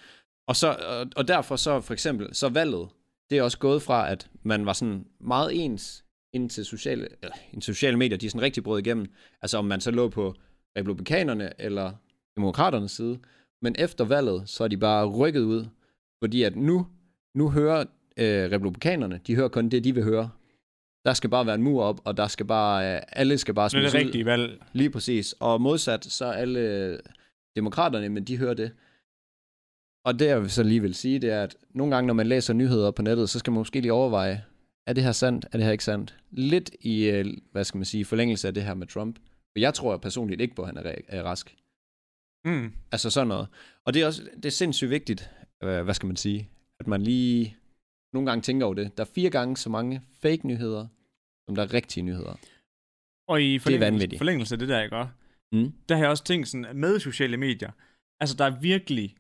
Og, så, og, og derfor så for eksempel, så valget, det er også gået fra, at man var sådan meget ens indtil sociale, øh, indtil sociale medier, de er sådan rigtig brød igennem. Altså om man så lå på republikanerne eller demokraternes side. Men efter valget, så er de bare rykket ud, fordi at nu, nu hører øh, republikanerne, de hører kun det, de vil høre. Der skal bare være en mur op, og der skal bare, øh, alle skal bare Det er smides det ud. rigtige valg. Lige præcis. Og modsat, så er alle demokraterne, men de hører det. Og det, jeg så lige vil sige, det er, at nogle gange, når man læser nyheder på nettet, så skal man måske lige overveje, er det her sandt, er det her ikke sandt? Lidt i, øh, hvad skal man sige, forlængelse af det her med Trump. For jeg tror personligt ikke på, at han er, re- er rask. Mm. Altså sådan noget. Og det er også det er sindssygt vigtigt, øh, hvad skal man sige, at man lige nogle gange tænker over det. Der er fire gange så mange fake nyheder, som der er rigtige nyheder. Og i forlængelse, vanvittigt. forlængelse af det der, jeg gør, Mm. der har jeg også tænkt sådan, at med sociale medier, altså der er virkelig,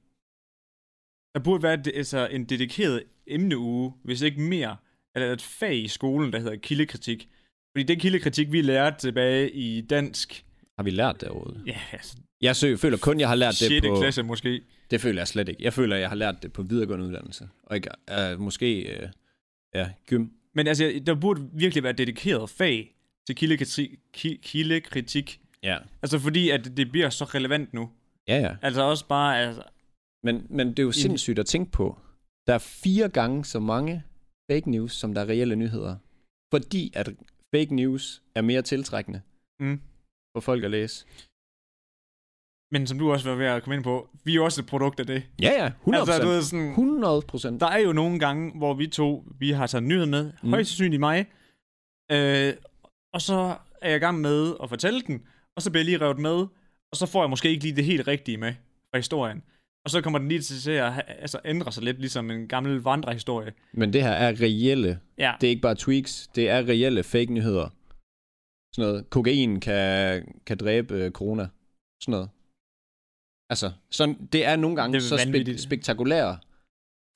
der burde være det- altså, en dedikeret emneuge, hvis ikke mere, eller et fag i skolen, der hedder kildekritik. Fordi den kildekritik, vi lærte tilbage i dansk, Har vi lært det overhovedet? ja, altså, Jeg sø, føler kun, jeg har lært det 6. på... klasse måske, Det føler jeg slet ikke. Jeg føler, jeg har lært det på videregående uddannelse. Og ikke, øh, måske, øh, ja, gym. men altså, der burde virkelig være et dedikeret fag til kildekritik, ki- kildekritik. Ja. Altså fordi, at det bliver så relevant nu. Ja, ja. Altså også bare, altså, Men, men det er jo sindssygt at tænke på. Der er fire gange så mange fake news, som der er reelle nyheder. Fordi at fake news er mere tiltrækkende mm. for folk at læse. men som du også var ved at komme ind på, vi er jo også et produkt af det. Ja, ja. 100%. Altså, du ved, sådan, 100 procent. Der er jo nogle gange, hvor vi to, vi har taget en nyhed med, mm. højst sandsynligt mig, øh, og så er jeg i gang med at fortælle den, og så bliver jeg lige revet med, og så får jeg måske ikke lige det helt rigtige med fra historien. Og så kommer den lige til at ha- altså, ændre sig lidt, ligesom en gammel vandrehistorie. Men det her er reelle. Ja, Det er ikke bare tweaks. Det er reelle fake nyheder. Sådan noget. Kokain kan, kan dræbe øh, corona. Sådan noget. Altså, sådan, det er nogle gange Det det er er så spe- vanvittigt. spektakulære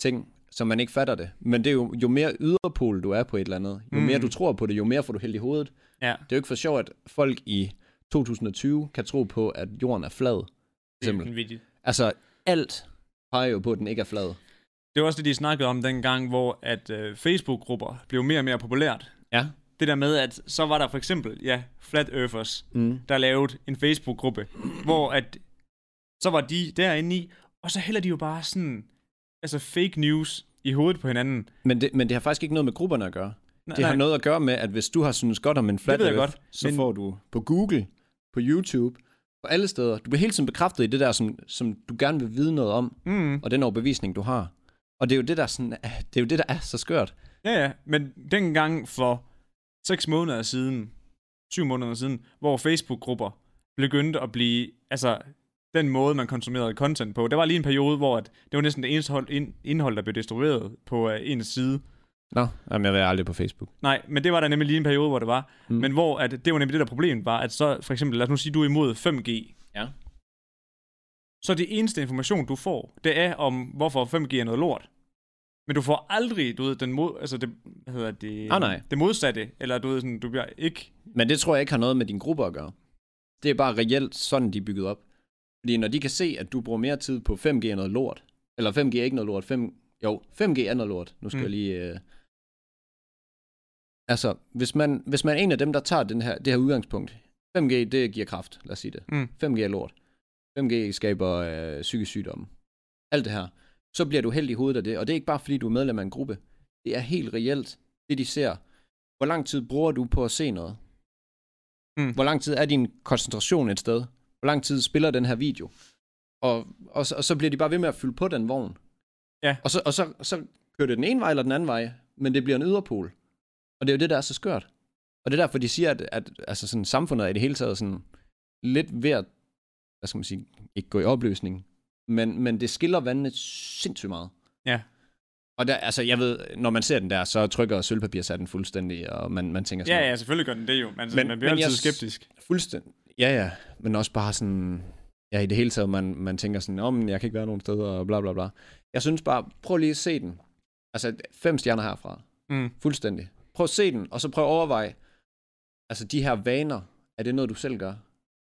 ting, som man ikke fatter det. Men det er jo, jo mere yderpol du er på et eller andet, jo Mm. mm. mere du tror på det, jo mere får du held i hovedet. ja. Det er jo ikke for sjovt, at folk i 2020 kan tro på, at jorden er flad. Det er Simpel. vanvittigt. Altså, alt peger jo på, at den ikke er flad. Det var også det, de snakkede om dengang, hvor at øh, Facebook-grupper blev mere og mere populært. Ja. det der med, at så var der for eksempel, ja, Flat Earthers, Mm. der lavede en Facebook-gruppe, hvor at, så var de derinde i, og så hælder de jo bare sådan, altså fake news i hovedet på hinanden. Men, det, men det har faktisk ikke noget med grupperne at gøre. Nej, Det har noget at gøre med, at hvis du har synes godt om en flat ved jeg earth, godt, så men- får du på Google, på YouTube, på alle steder. Du bliver hele tiden bekræftet i det der, som, som du gerne vil vide noget om, Mm, og den overbevisning, du har. Og det er jo det, der, sådan, er- det er, jo det, der er så skørt. ja, ja, men dengang for 6 måneder siden, 7 måneder siden, hvor Facebook-grupper begyndte at blive, altså den måde, man konsumerede content på. Der var lige en periode, hvor at det var næsten det eneste hold, ind, indhold, der blev distribueret på uh, en side. Nå, jamen, jeg er aldrig på Facebook. Nej, men det var der nemlig lige en periode, hvor det var. Mm. Men hvor at, det var nemlig det der problem var, at så for eksempel, lad os nu sige, du er imod 5G. Ja. Så det eneste information, du får, det er om, hvorfor 5G er noget lort. Men du får aldrig, du ved, den mod, altså det, hvad hedder det, Ah, nej. det modsatte, eller du ved, sådan, du bliver ikke, Men det tror jeg ikke har noget med din gruppe at gøre. Det er bare reelt sådan, de er bygget op. Fordi når de kan se, at du bruger mere tid på 5G end noget lort, eller 5G er ikke noget lort, 5... jo, 5G er noget lort. Nu skal Mm. mm. jeg lige... Øh... Altså, hvis man, hvis man er en af dem, der tager den her, det her udgangspunkt, 5G, det giver kraft, lad os sige det. Mm. 5G er lort. 5G skaber øh, psykisk sygdomme. Alt det her. Så bliver du heldig i hovedet af det, og det er ikke bare fordi, du er medlem af en gruppe. Det er helt reelt, det de ser. Hvor lang tid bruger du på at se noget? Mm. Øhm, Hvor lang tid er din koncentration et sted? Hvor lang tid spiller den her video? Og, og, så, og så bliver de bare ved med at fylde på den vogn. Ja. Og, så, og så, så kører det den ene vej eller den anden vej, men det bliver en yderpol. Og det er jo det, der er så skørt. Og det er derfor, de siger, at, at altså sådan, samfundet er i det hele taget sådan lidt ved at, hvad skal man sige, ikke gå i opløsning, men, men det skiller vandene sindssygt meget. Ja. Og der, altså, jeg ved, når man ser den der, så trykker sølvpapirsatten fuldstændig, og man, man tænker sådan, ja, ja, selvfølgelig gør den det jo, men, men Men- man bliver men altid jeg- skeptisk. Fuldstændig. Ja, ja. Men også bare sådan... Ja, i det hele taget, man, man tænker sådan, om jeg kan ikke være nogen steder, og bla bla bla. Jeg synes bare, prøv lige at se den. Altså, fem stjerner herfra. Mm. Fuldstændig. Prøv at se den, og så prøv at overveje, altså de her vaner, er det noget, du selv gør?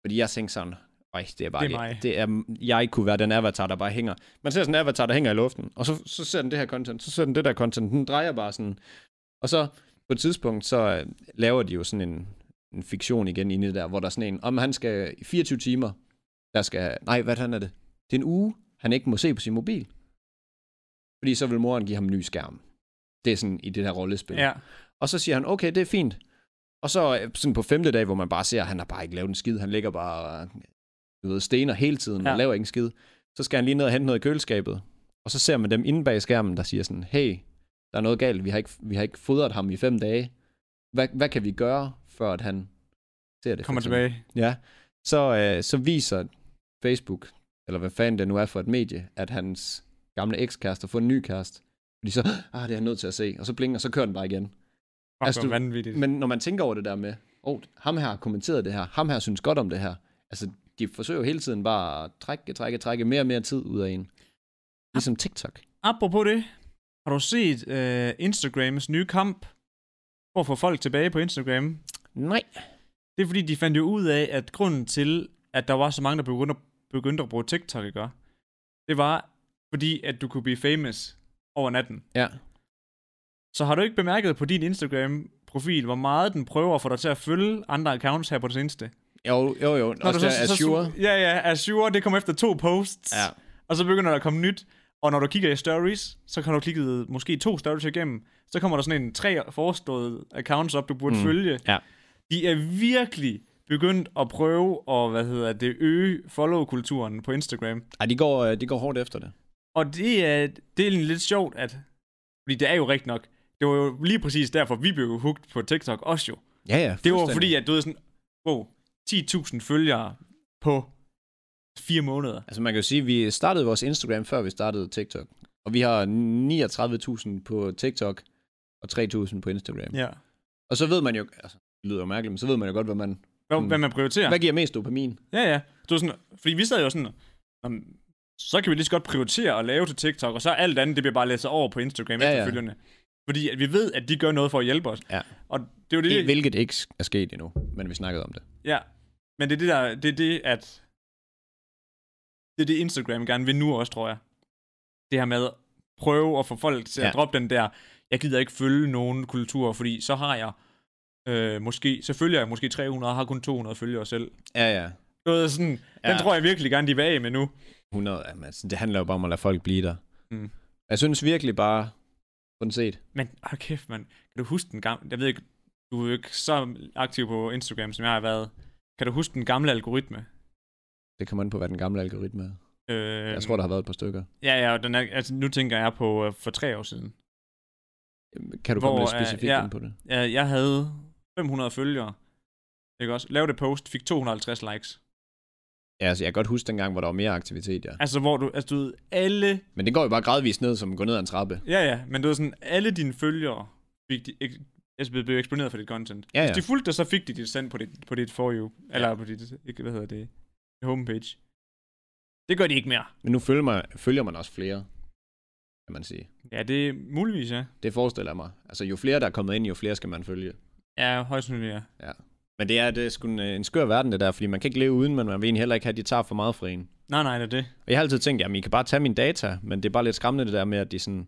Fordi jeg tænker sådan, Øj, det er bare Det er mig." det er, jeg kunne være den avatar, der bare hænger. Man ser sådan en avatar, der hænger i luften, og så, så ser den det her content, så ser den det der content, den drejer bare sådan. Og så på et tidspunkt, så øh, laver de jo sådan en, en fiktion igen inde i det der, hvor der er sådan en, om han skal i 24 timer, der skal, nej, hvad han er det? Det er en uge, han ikke må se på sin mobil. Fordi så vil moren give ham en ny skærm. Det er sådan i det her rollespil. Ja, Og så siger han, okay, det er fint. Og så øh, sådan på femte dag, hvor man bare ser, at han har bare ikke lavet en skid, han ligger bare, øh, du ved, stener hele tiden ja. Ja. og laver ikke en skid. Så skal han lige ned og hente noget i køleskabet. Og så ser man dem inde bag skærmen, der siger sådan, hey, der er noget galt, vi har ikke, vi har ikke fodret ham i fem dage. Hvad, hvad kan vi gøre, før at han ser det? for kommer eksempel?" tilbage. Ja, så, øh, så viser Facebook, eller hvad fanden det nu er for et medie, at hans gamle ekskæreste har fået en ny kæreste. Fordi så, ah, det er han nødt til at se. Og så blinker, og så kører den bare igen. Fuck, Altså, altså, du- vanvittigt. Men når man tænker over det der med, åh, oh, ham her har kommenteret det her, ham her synes godt om det her. Altså, de forsøger jo hele tiden bare at trække, trække, trække mere og mere tid ud af en. Ligesom TikTok. Apropos det, har du set øh, Instagrams nye kamp for at få folk tilbage på Instagram? Nej. Det er fordi, de fandt jo ud af, at grunden til, at der var så mange, der begyndte, begyndte at bruge TikTok, ikke? også? det var fordi, at du kunne blive famous over natten. Ja. Så har du ikke bemærket på din Instagram-profil, hvor meget den prøver at få dig til at følge andre accounts her på det seneste? Jo, jo, jo. Når Også du der Azure. Ja, ja, Azure, det kommer efter to posts. Ja. Og så begynder der at komme nyt. Og når du kigger i stories, så kan du klikke måske to stories igennem. Så kommer der sådan en tre foreståede accounts op, du burde mm. følge. Ja. De er virkelig begyndt at prøve at, hvad hedder det, øge follow-kulturen på Instagram. Ej, de går, øh, de går hårdt efter det. Og det er, det er egentlig lidt sjovt, at... Fordi det er jo rigtigt nok. Det var jo lige præcis derfor, vi blev hooked på TikTok også jo. Ja, ja. Det var fordi, at du ved sådan, wow, 10.000 følgere på fire måneder. Altså, man kan jo sige, at vi startede vores Instagram, før vi startede TikTok. Og vi har 39.000 på TikTok og 3.000 på Instagram. Ja. Ja. Og så ved man jo, altså, det lyder jo mærkeligt, men så ved man jo godt, hvad man... Hvad, Mm. hvad man prioriterer. Ja. Hvad giver mest dopamin? Ja, ja. Det var sådan, fordi vi sad jo sådan, "Jamen, så kan vi lige så godt prioritere at lave til TikTok, og så alt andet, det bliver bare læsset over på Instagram Ja, ja, ja. efterfølgende. Fordi at vi ved, at de gør noget for at hjælpe os. Ja. Og det er jo det, Det, hvilket ikke er sket endnu, men vi snakkede om det. ja. Men det er det der, det er det, at det er det, Instagram gerne vil nu også, tror jeg. Det her med at prøve at få folk til ja. Ja. at droppe den der, jeg gider ikke følge nogen kultur, fordi så har jeg Øh, måske, så følger jeg måske 300, og har kun 200 følgere selv. Ja, ja. Noget sådan, ja. Ja. Den tror jeg virkelig gerne, de vil af med nu. 100, jamen, altså, det handler jo bare om at lade folk blive der. Mm. Jeg synes virkelig bare, sådan set, Men hold kæft, mand. Kan du huske den gamle... Jeg ved ikke, du er jo ikke så aktiv på Instagram, som jeg har været. Kan du huske den gamle algoritme? det kommer an på, hvad den gamle algoritme er. Øh, Jeg tror, der har været et par stykker. Ja, ja, og den er, altså, nu tænker jeg på øh, for tre år siden. Kan du komme hvor lidt er- specifikt ja. ind på det? Jeg, jeg havde 500 følgere. Ikke også? Lavede et post, fik 250 likes. Ja, altså, jeg kan godt huske dengang, hvor der var mere aktivitet, ja. Altså, hvor du... Altså, du ved, alle... Men det går jo bare gradvist ned, som går ned ad en trappe. Ja, ja, men du ved sådan, alle dine følgere fik de, ek, altså blev blev eksponeret for dit content. Ja, ja. Hvis de fulgte dig, så fik de dit send på dit, på dit for you, eller på dit, ikke, hvad hedder det, homepage. Det gør de ikke mere. Men nu følger man, følger man også flere, kan man sige. Ja, det er muligvis, ja. Det forestiller jeg mig. Altså, jo flere, der er kommet ind, jo flere skal man følge. Ja, højst sandsynligt, ja. Men det er, det er sgu en, øh, en skør verden, det der, fordi man kan ikke leve uden, men man vil egentlig heller ikke have, at de tager for meget fra en. Nej, nej, det er det. Og jeg har altid tænkt, jamen, I kan bare tage mine data, men det er bare lidt skræmmende det der med, at de sådan...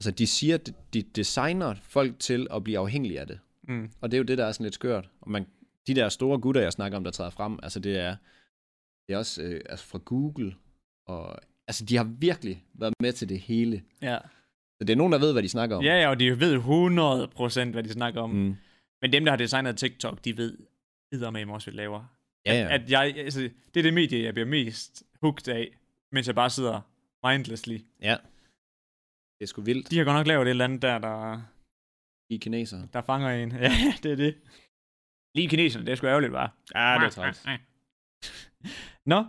Altså, de siger, at de designer folk til at blive afhængige af det. Mm. Og det er jo det, der er sådan lidt skørt. Og man, de der store gutter, jeg snakker om, der træder frem, altså det er, det er også øh, altså fra Google. Og, altså, de har virkelig været med til det hele. Ja. Så det er nogen, der ved, hvad de snakker om. ja, ja, og de ved 100% hvad de snakker om. Mm. Mm. Men dem, der har designet TikTok, de ved eddermame også, hvad de laver. Ja, ja. At jeg, altså, det er det medie, jeg bliver mest hooked af, mens jeg bare sidder mindlessly. Det er sgu vildt, De har godt nok lavet et eller andet der, der, de kinesere. der fanger en. Ja, det er det. Lige kineserne, det er sgu ærgerligt, bare. Ja, Nå.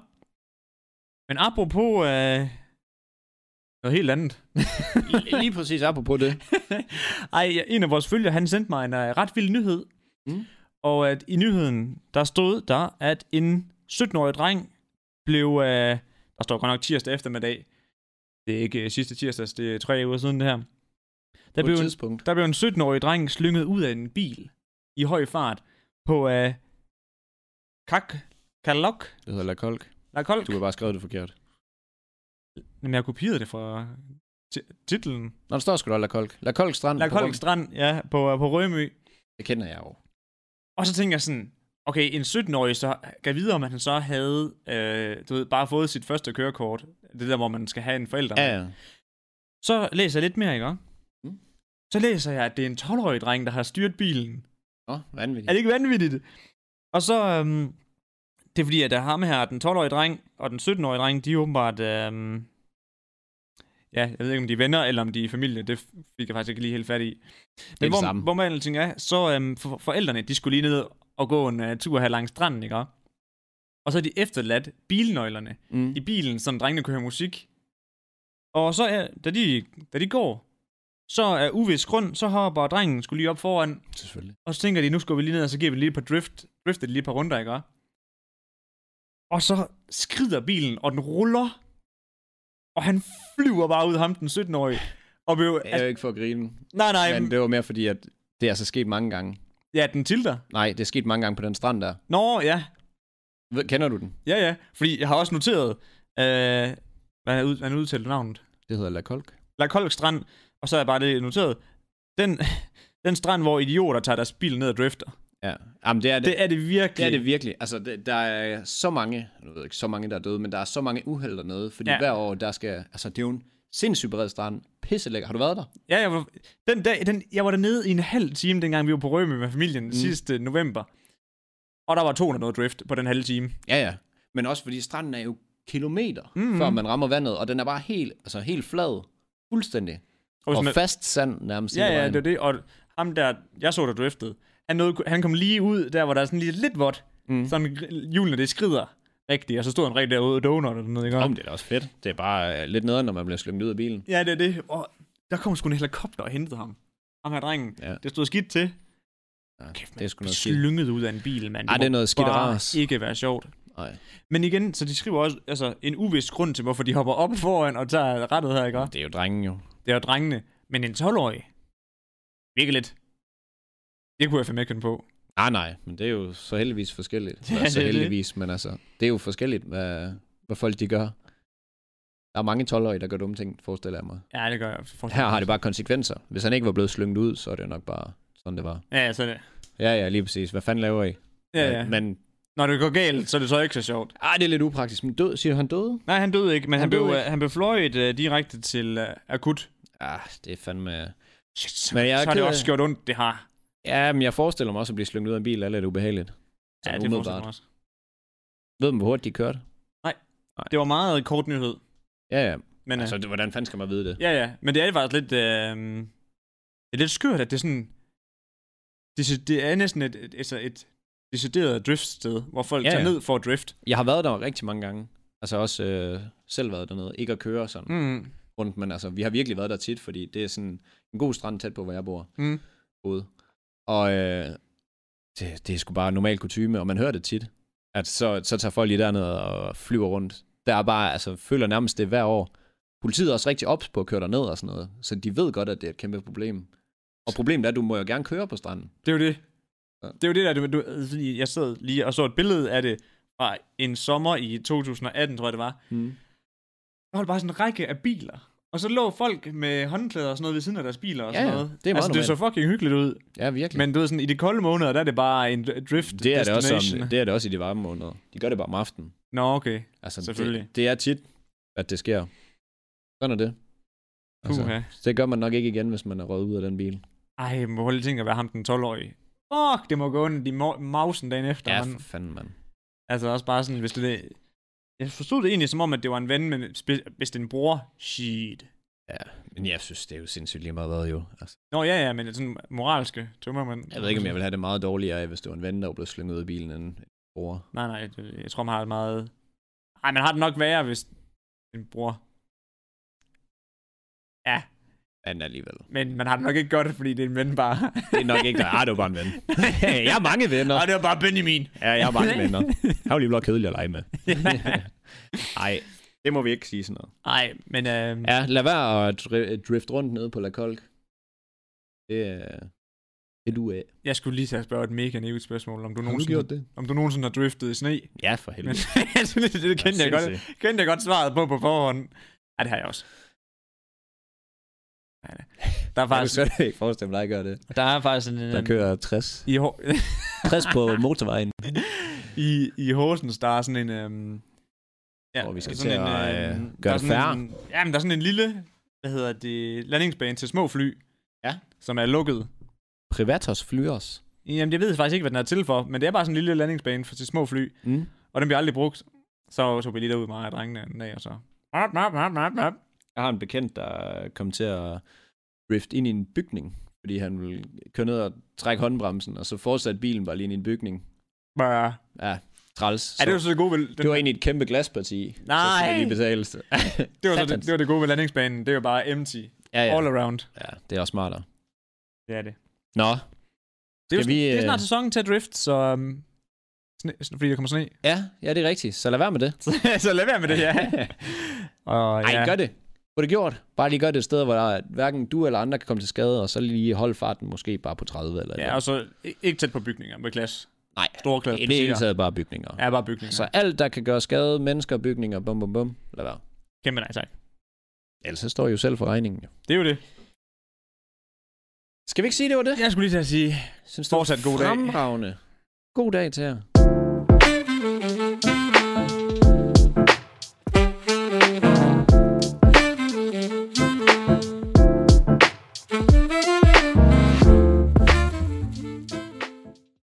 Men apropos øh, noget helt andet. Lige præcis apropos det. Ej, en af vores følgere, han sendte mig en øh, ret vild nyhed. Mm. Og at i nyheden, der stod der, at en 17-årig dreng blev, øh, der står godt nok tirsdag eftermiddag, det er ikke øh, sidste tirsdags, det er tre uger siden det her. Der på et blev, en, tidspunkt. der blev en 17-årig dreng slynget ud af en bil i høj fart på øh, Kak, Kalok, Det hedder Lakolk. Lakolk. Du har bare skrevet det forkert. Jamen, jeg kopierede det fra ti- titlen. Nå, der står sgu da Lakolk. Lakolk Strand. på Lakolk Rom. Strand, ja, på, øh, på Rømø. Det kender jeg jo. Og så tænker jeg sådan, okay, en 17-årig, så kan videre, om han så havde, øh, du ved, bare fået sit første kørekort. Det der, hvor man skal have en forælder. Ja, ja. Så læser jeg lidt mere, ikke? Mm. Mm. Så læser jeg, at det er en 12-årig dreng, der har styrt bilen. Nå, vanvittigt. Er det ikke vanvittigt? Og så, øhm, det er fordi, at der ham her, den 12-årige dreng og den 17-årige dreng, de er åbenbart, øhm, ja, jeg ved ikke, om de er venner eller om de er familie, det fik jeg faktisk ikke lige helt fat i. er Men det hvor, samme. hvor man alting er, så øhm, for, forældrene, de skulle lige ned og gå en uh, tur her langs stranden, ikke? også? Og så er de efterladt bilnøglerne Mm. i bilen, som drengene kunne høre musik. Og så, er, da, de, da de går, så er uvis grund, så hopper drengen skulle lige op foran, Selvfølgelig. og så tænker de, nu skal vi lige ned, og så giver vi lige på drift. Driftet lige et par runder, ikke? Og så skrider bilen, og den ruller. Og han flyver bare ud, ham den 17-årige. Og blev... Det er Altså, jo ikke for at grine. nej, nej, Men det var mere fordi, at det er altså sket mange gange. ja, den tilter. Nej, det er sket mange gange på den strand der. Nå, ja, Ved- Kender du den? ja, ja. Fordi jeg har også noteret, øh, hvad er ud, han udtalte navnet. Det hedder Lakolk. Lakolk Strand, og så er jeg bare det noteret. Den, den strand, hvor idioter tager deres bil ned og drifter. Ja. Jamen, det er det. Det er det virkelig. Det er det virkelig. Altså, det, der er så mange, nu ved jeg ikke så mange, der er døde, men der er så mange uheld dernede, fordi Ja. ja. hver år, der skal, altså, det er jo en sindssygt bred strand. Pisselækker. Har du været der? Ja, jeg var, den dag, den, jeg var dernede i en halv time, dengang vi var på Rømø med familien mm. sidste november. Og der var 200 noget drift på den halve time. Ja, ja. Men også fordi stranden er jo kilometer, mm-hmm. før man rammer vandet, og den er bare helt, altså, helt flad. Fuldstændig. Og, Og man, fast sand nærmest. hele ja, ja, vejen. det var det. Og ham der, jeg så, der driftede, han, nåede, han kom lige ud, der hvor der er sådan lige lidt vådt. Mm. Sådan gr- hjulene, det skrider rigtigt. Og så stod han rigtig derude og donut eller noget, ikke? Om det er da også fedt. Det er bare øh, lidt nederen, når man bliver slynget ud af bilen. Ja, det er det. Og der kom sgu en helikopter og hentede ham. Ham her drengen. Ja. Det stod skidt til. Ja, Kæft, det er sgu noget skidt. Slynget ud af en bil, mand. Ej, det er må noget skidt og bare ras. ikke være sjovt. Nej, Men igen, så de skriver også altså, en uvis grund til, hvorfor de hopper op foran og tager rettet her, ikke? også? det er jo drengen jo. Det er jo drengene. Men en 12-årig? Virkelig lidt. Det kunne jeg fandme ikke finde på. Nej, nej, men det er jo så heldigvis forskelligt. Ja, Ja, så det er det. heldigvis, men altså, det er jo forskelligt, hvad, hvad folk de gør. Der er mange 12-årige, der gør dumme ting, forestiller jeg mig. Ja, det gør jeg. Forstår Her har det bare konsekvenser. Hvis han ikke var blevet slynget ud, så er det jo nok bare sådan, det var. Ja, så er det. Ja, ja, lige præcis. Hvad fanden laver I? Øh, Ja, ja. Men... Men, Når det går galt, så er det så ikke så sjovt. ah, det er lidt upraktisk. Men død, siger du, han døde? Nej, han døde ikke, men han, han, blev, Han døde øh, ikke. han blev fløjet øh, direkte til øh, akut. Ah, det er fandme... Shit, så, Men jeg er så har det ked af- også gjort ondt, det har. Ja, men jeg forestiller mig også at blive slynget ud af en bil, er lidt ubehageligt. Sådan Ja, det umiddelbart. forstår jeg også. Ved man, hvor hurtigt de kørte? Det var meget kort nyhed. Ja, ja. Men, øh, Altså, det, hvordan fanden skal man vide det? Ja, ja. Men det er faktisk lidt... Øh, det er lidt skørt, at det er sådan... Det, det er næsten et, et, altså et decideret driftsted, hvor folk ja, Ja, ja. tager ja. ned for at drift. Jeg har været der rigtig mange gange. Altså også øh, selv været dernede. Ikke at køre sådan Mm. rundt, men altså, vi har virkelig været der tit, fordi det er sådan en god strand tæt på, hvor jeg bor. Mm. Både. Og øh, det, det er sgu bare normal kutume, og man hører det tit. At så, så tager folk lige dernede og flyver rundt. Der er bare, altså, føler nærmest det hver år. Politiet er også rigtig ops på at køre derned og sådan noget. Så de ved godt, at det er et kæmpe problem. Og problemet er, at du må jo gerne køre på stranden. Det er jo det. Ja. Det er jo det der, du, du, altså, jeg sad lige og så et billede af det fra en sommer i 2018, tror jeg det var. Mm. Der var bare sådan en række af biler. Og så lå folk med håndklæder og sådan noget ved siden af deres biler og Ja, sådan ja. noget. Det er meget altså, det så fucking hyggeligt ud. Ja, virkelig. Men du ved sådan, i de kolde måneder, der er det bare en drift det er det, også destination. om, det er det også i de varme måneder. De gør det bare om aftenen. Nå, okay. Altså, Selvfølgelig. Det, det er tit, at det sker. Sådan er det. Altså, Uha. det gør man nok ikke igen, hvis man er røget ud af den bil. Ej, må holde tænke at være ham den 12-årige. Fuck, det må gå ondt i ma- mausen dagen efter. Ja, Ja, for fanden, mand. altså også bare sådan, hvis det, det... Jeg forstod det egentlig som om, at det var en ven, men spe- hvis det er en bror, shit. Men jeg synes, det er jo sindssygt lige meget hvad, jo. Altså, Nå ja, ja, men sådan moralske tømmermænd. jeg ved ikke, om jeg ville have det meget dårligere, af, hvis det var en ven, der var blevet slynget ud af bilen, end en bror. Nej, nej, det- jeg tror, man har det meget... Ej, man har det nok værre, hvis en bror... Ja, Men alligevel. men man har det nok ikke godt, fordi det er en ven bare. Det er nok ikke dig. Ah, det var bare en ven. jeg har mange venner. Og det var bare Benjamin. Ja, jeg har mange venner. Han var lige blot kedelig at lege med. Nej, det må vi ikke sige sådan noget. Nej, men... Øh, Ja, lad være at dri- drifte rundt nede på La Colque. Det er... Det er du af. Jeg skulle lige til at spørge et mega negativt spørgsmål, om du, nogensinde, det? om du nogensinde har driftet i sne. Ja, for Men helvede. altså, det, det kendte, jeg godt, kendte jeg godt svaret på på forhånd. Ej, det har jeg også. Nej, det. Der er Jeg kan faktisk, slet ikke forestille mig, at jeg gør det. der er faktisk en... øhm, Der kører 60. i, Hor- 60 på motorvejen. i, I Horsens, der er sådan en... Øhm, Hvor vi skal sådan til at, øh, øhm, gøre der er det sådan færre. En, jamen, der er sådan en lille, hvad hedder det, landingsbane til små fly. Ja. Som er lukket. Privatos flyers. Jamen, jeg ved faktisk ikke, hvad den er til for, men det er bare sådan en lille landingsbane for, til små fly. Mm. Og den bliver aldrig brugt. Så tog vi lige derud med mig og drengene en dag, og så... Map, map, map, map, map. Jeg har en bekendt, der kom til at drift ind i en bygning, fordi han ville køre ned og trække håndbremsen, og så fortsatte bilen bare lige ind i en bygning. Bare... Ja, træls. Så. Ja, det var så det gode ved... Den, det var egentlig et kæmpe glasparti. Så Nej! skal lige betales. det det, var så det, det, var det gode ved landingsbanen. Det var bare empty. Ja, Ja. ja. All around. ja, det er også smartere. Det er det. Nå, Det er, jo Skal sådan, vi, det er øh, snart sæsonen til at drift, så... Um, sne, fordi der kommer sne. ja, ja, det er rigtigt. Så lad være med det. Så, så lad være med det, ja. Og, Ej, ja. gør det. Få det gjort. Bare lige gør det et sted, hvor der, er- hverken du eller andre kan komme til skade, og så lige holde farten måske bare på 30 eller Ja, og så i- ikke tæt på bygninger med glas. Nej, Store glas. i det hele butikker. taget bare bygninger. Ja, bare bygninger. Så alt, der kan gøre skade, mennesker, bygninger, bum bum bum, lad være. Kæmpe nej, tak. Ellers så står I jo selv for regningen. Jo. Det er jo det. Skal vi ikke sige, det var det? Jeg skulle lige til at sige... Synes, Fortsat god dag. fremragende. God dag til jer.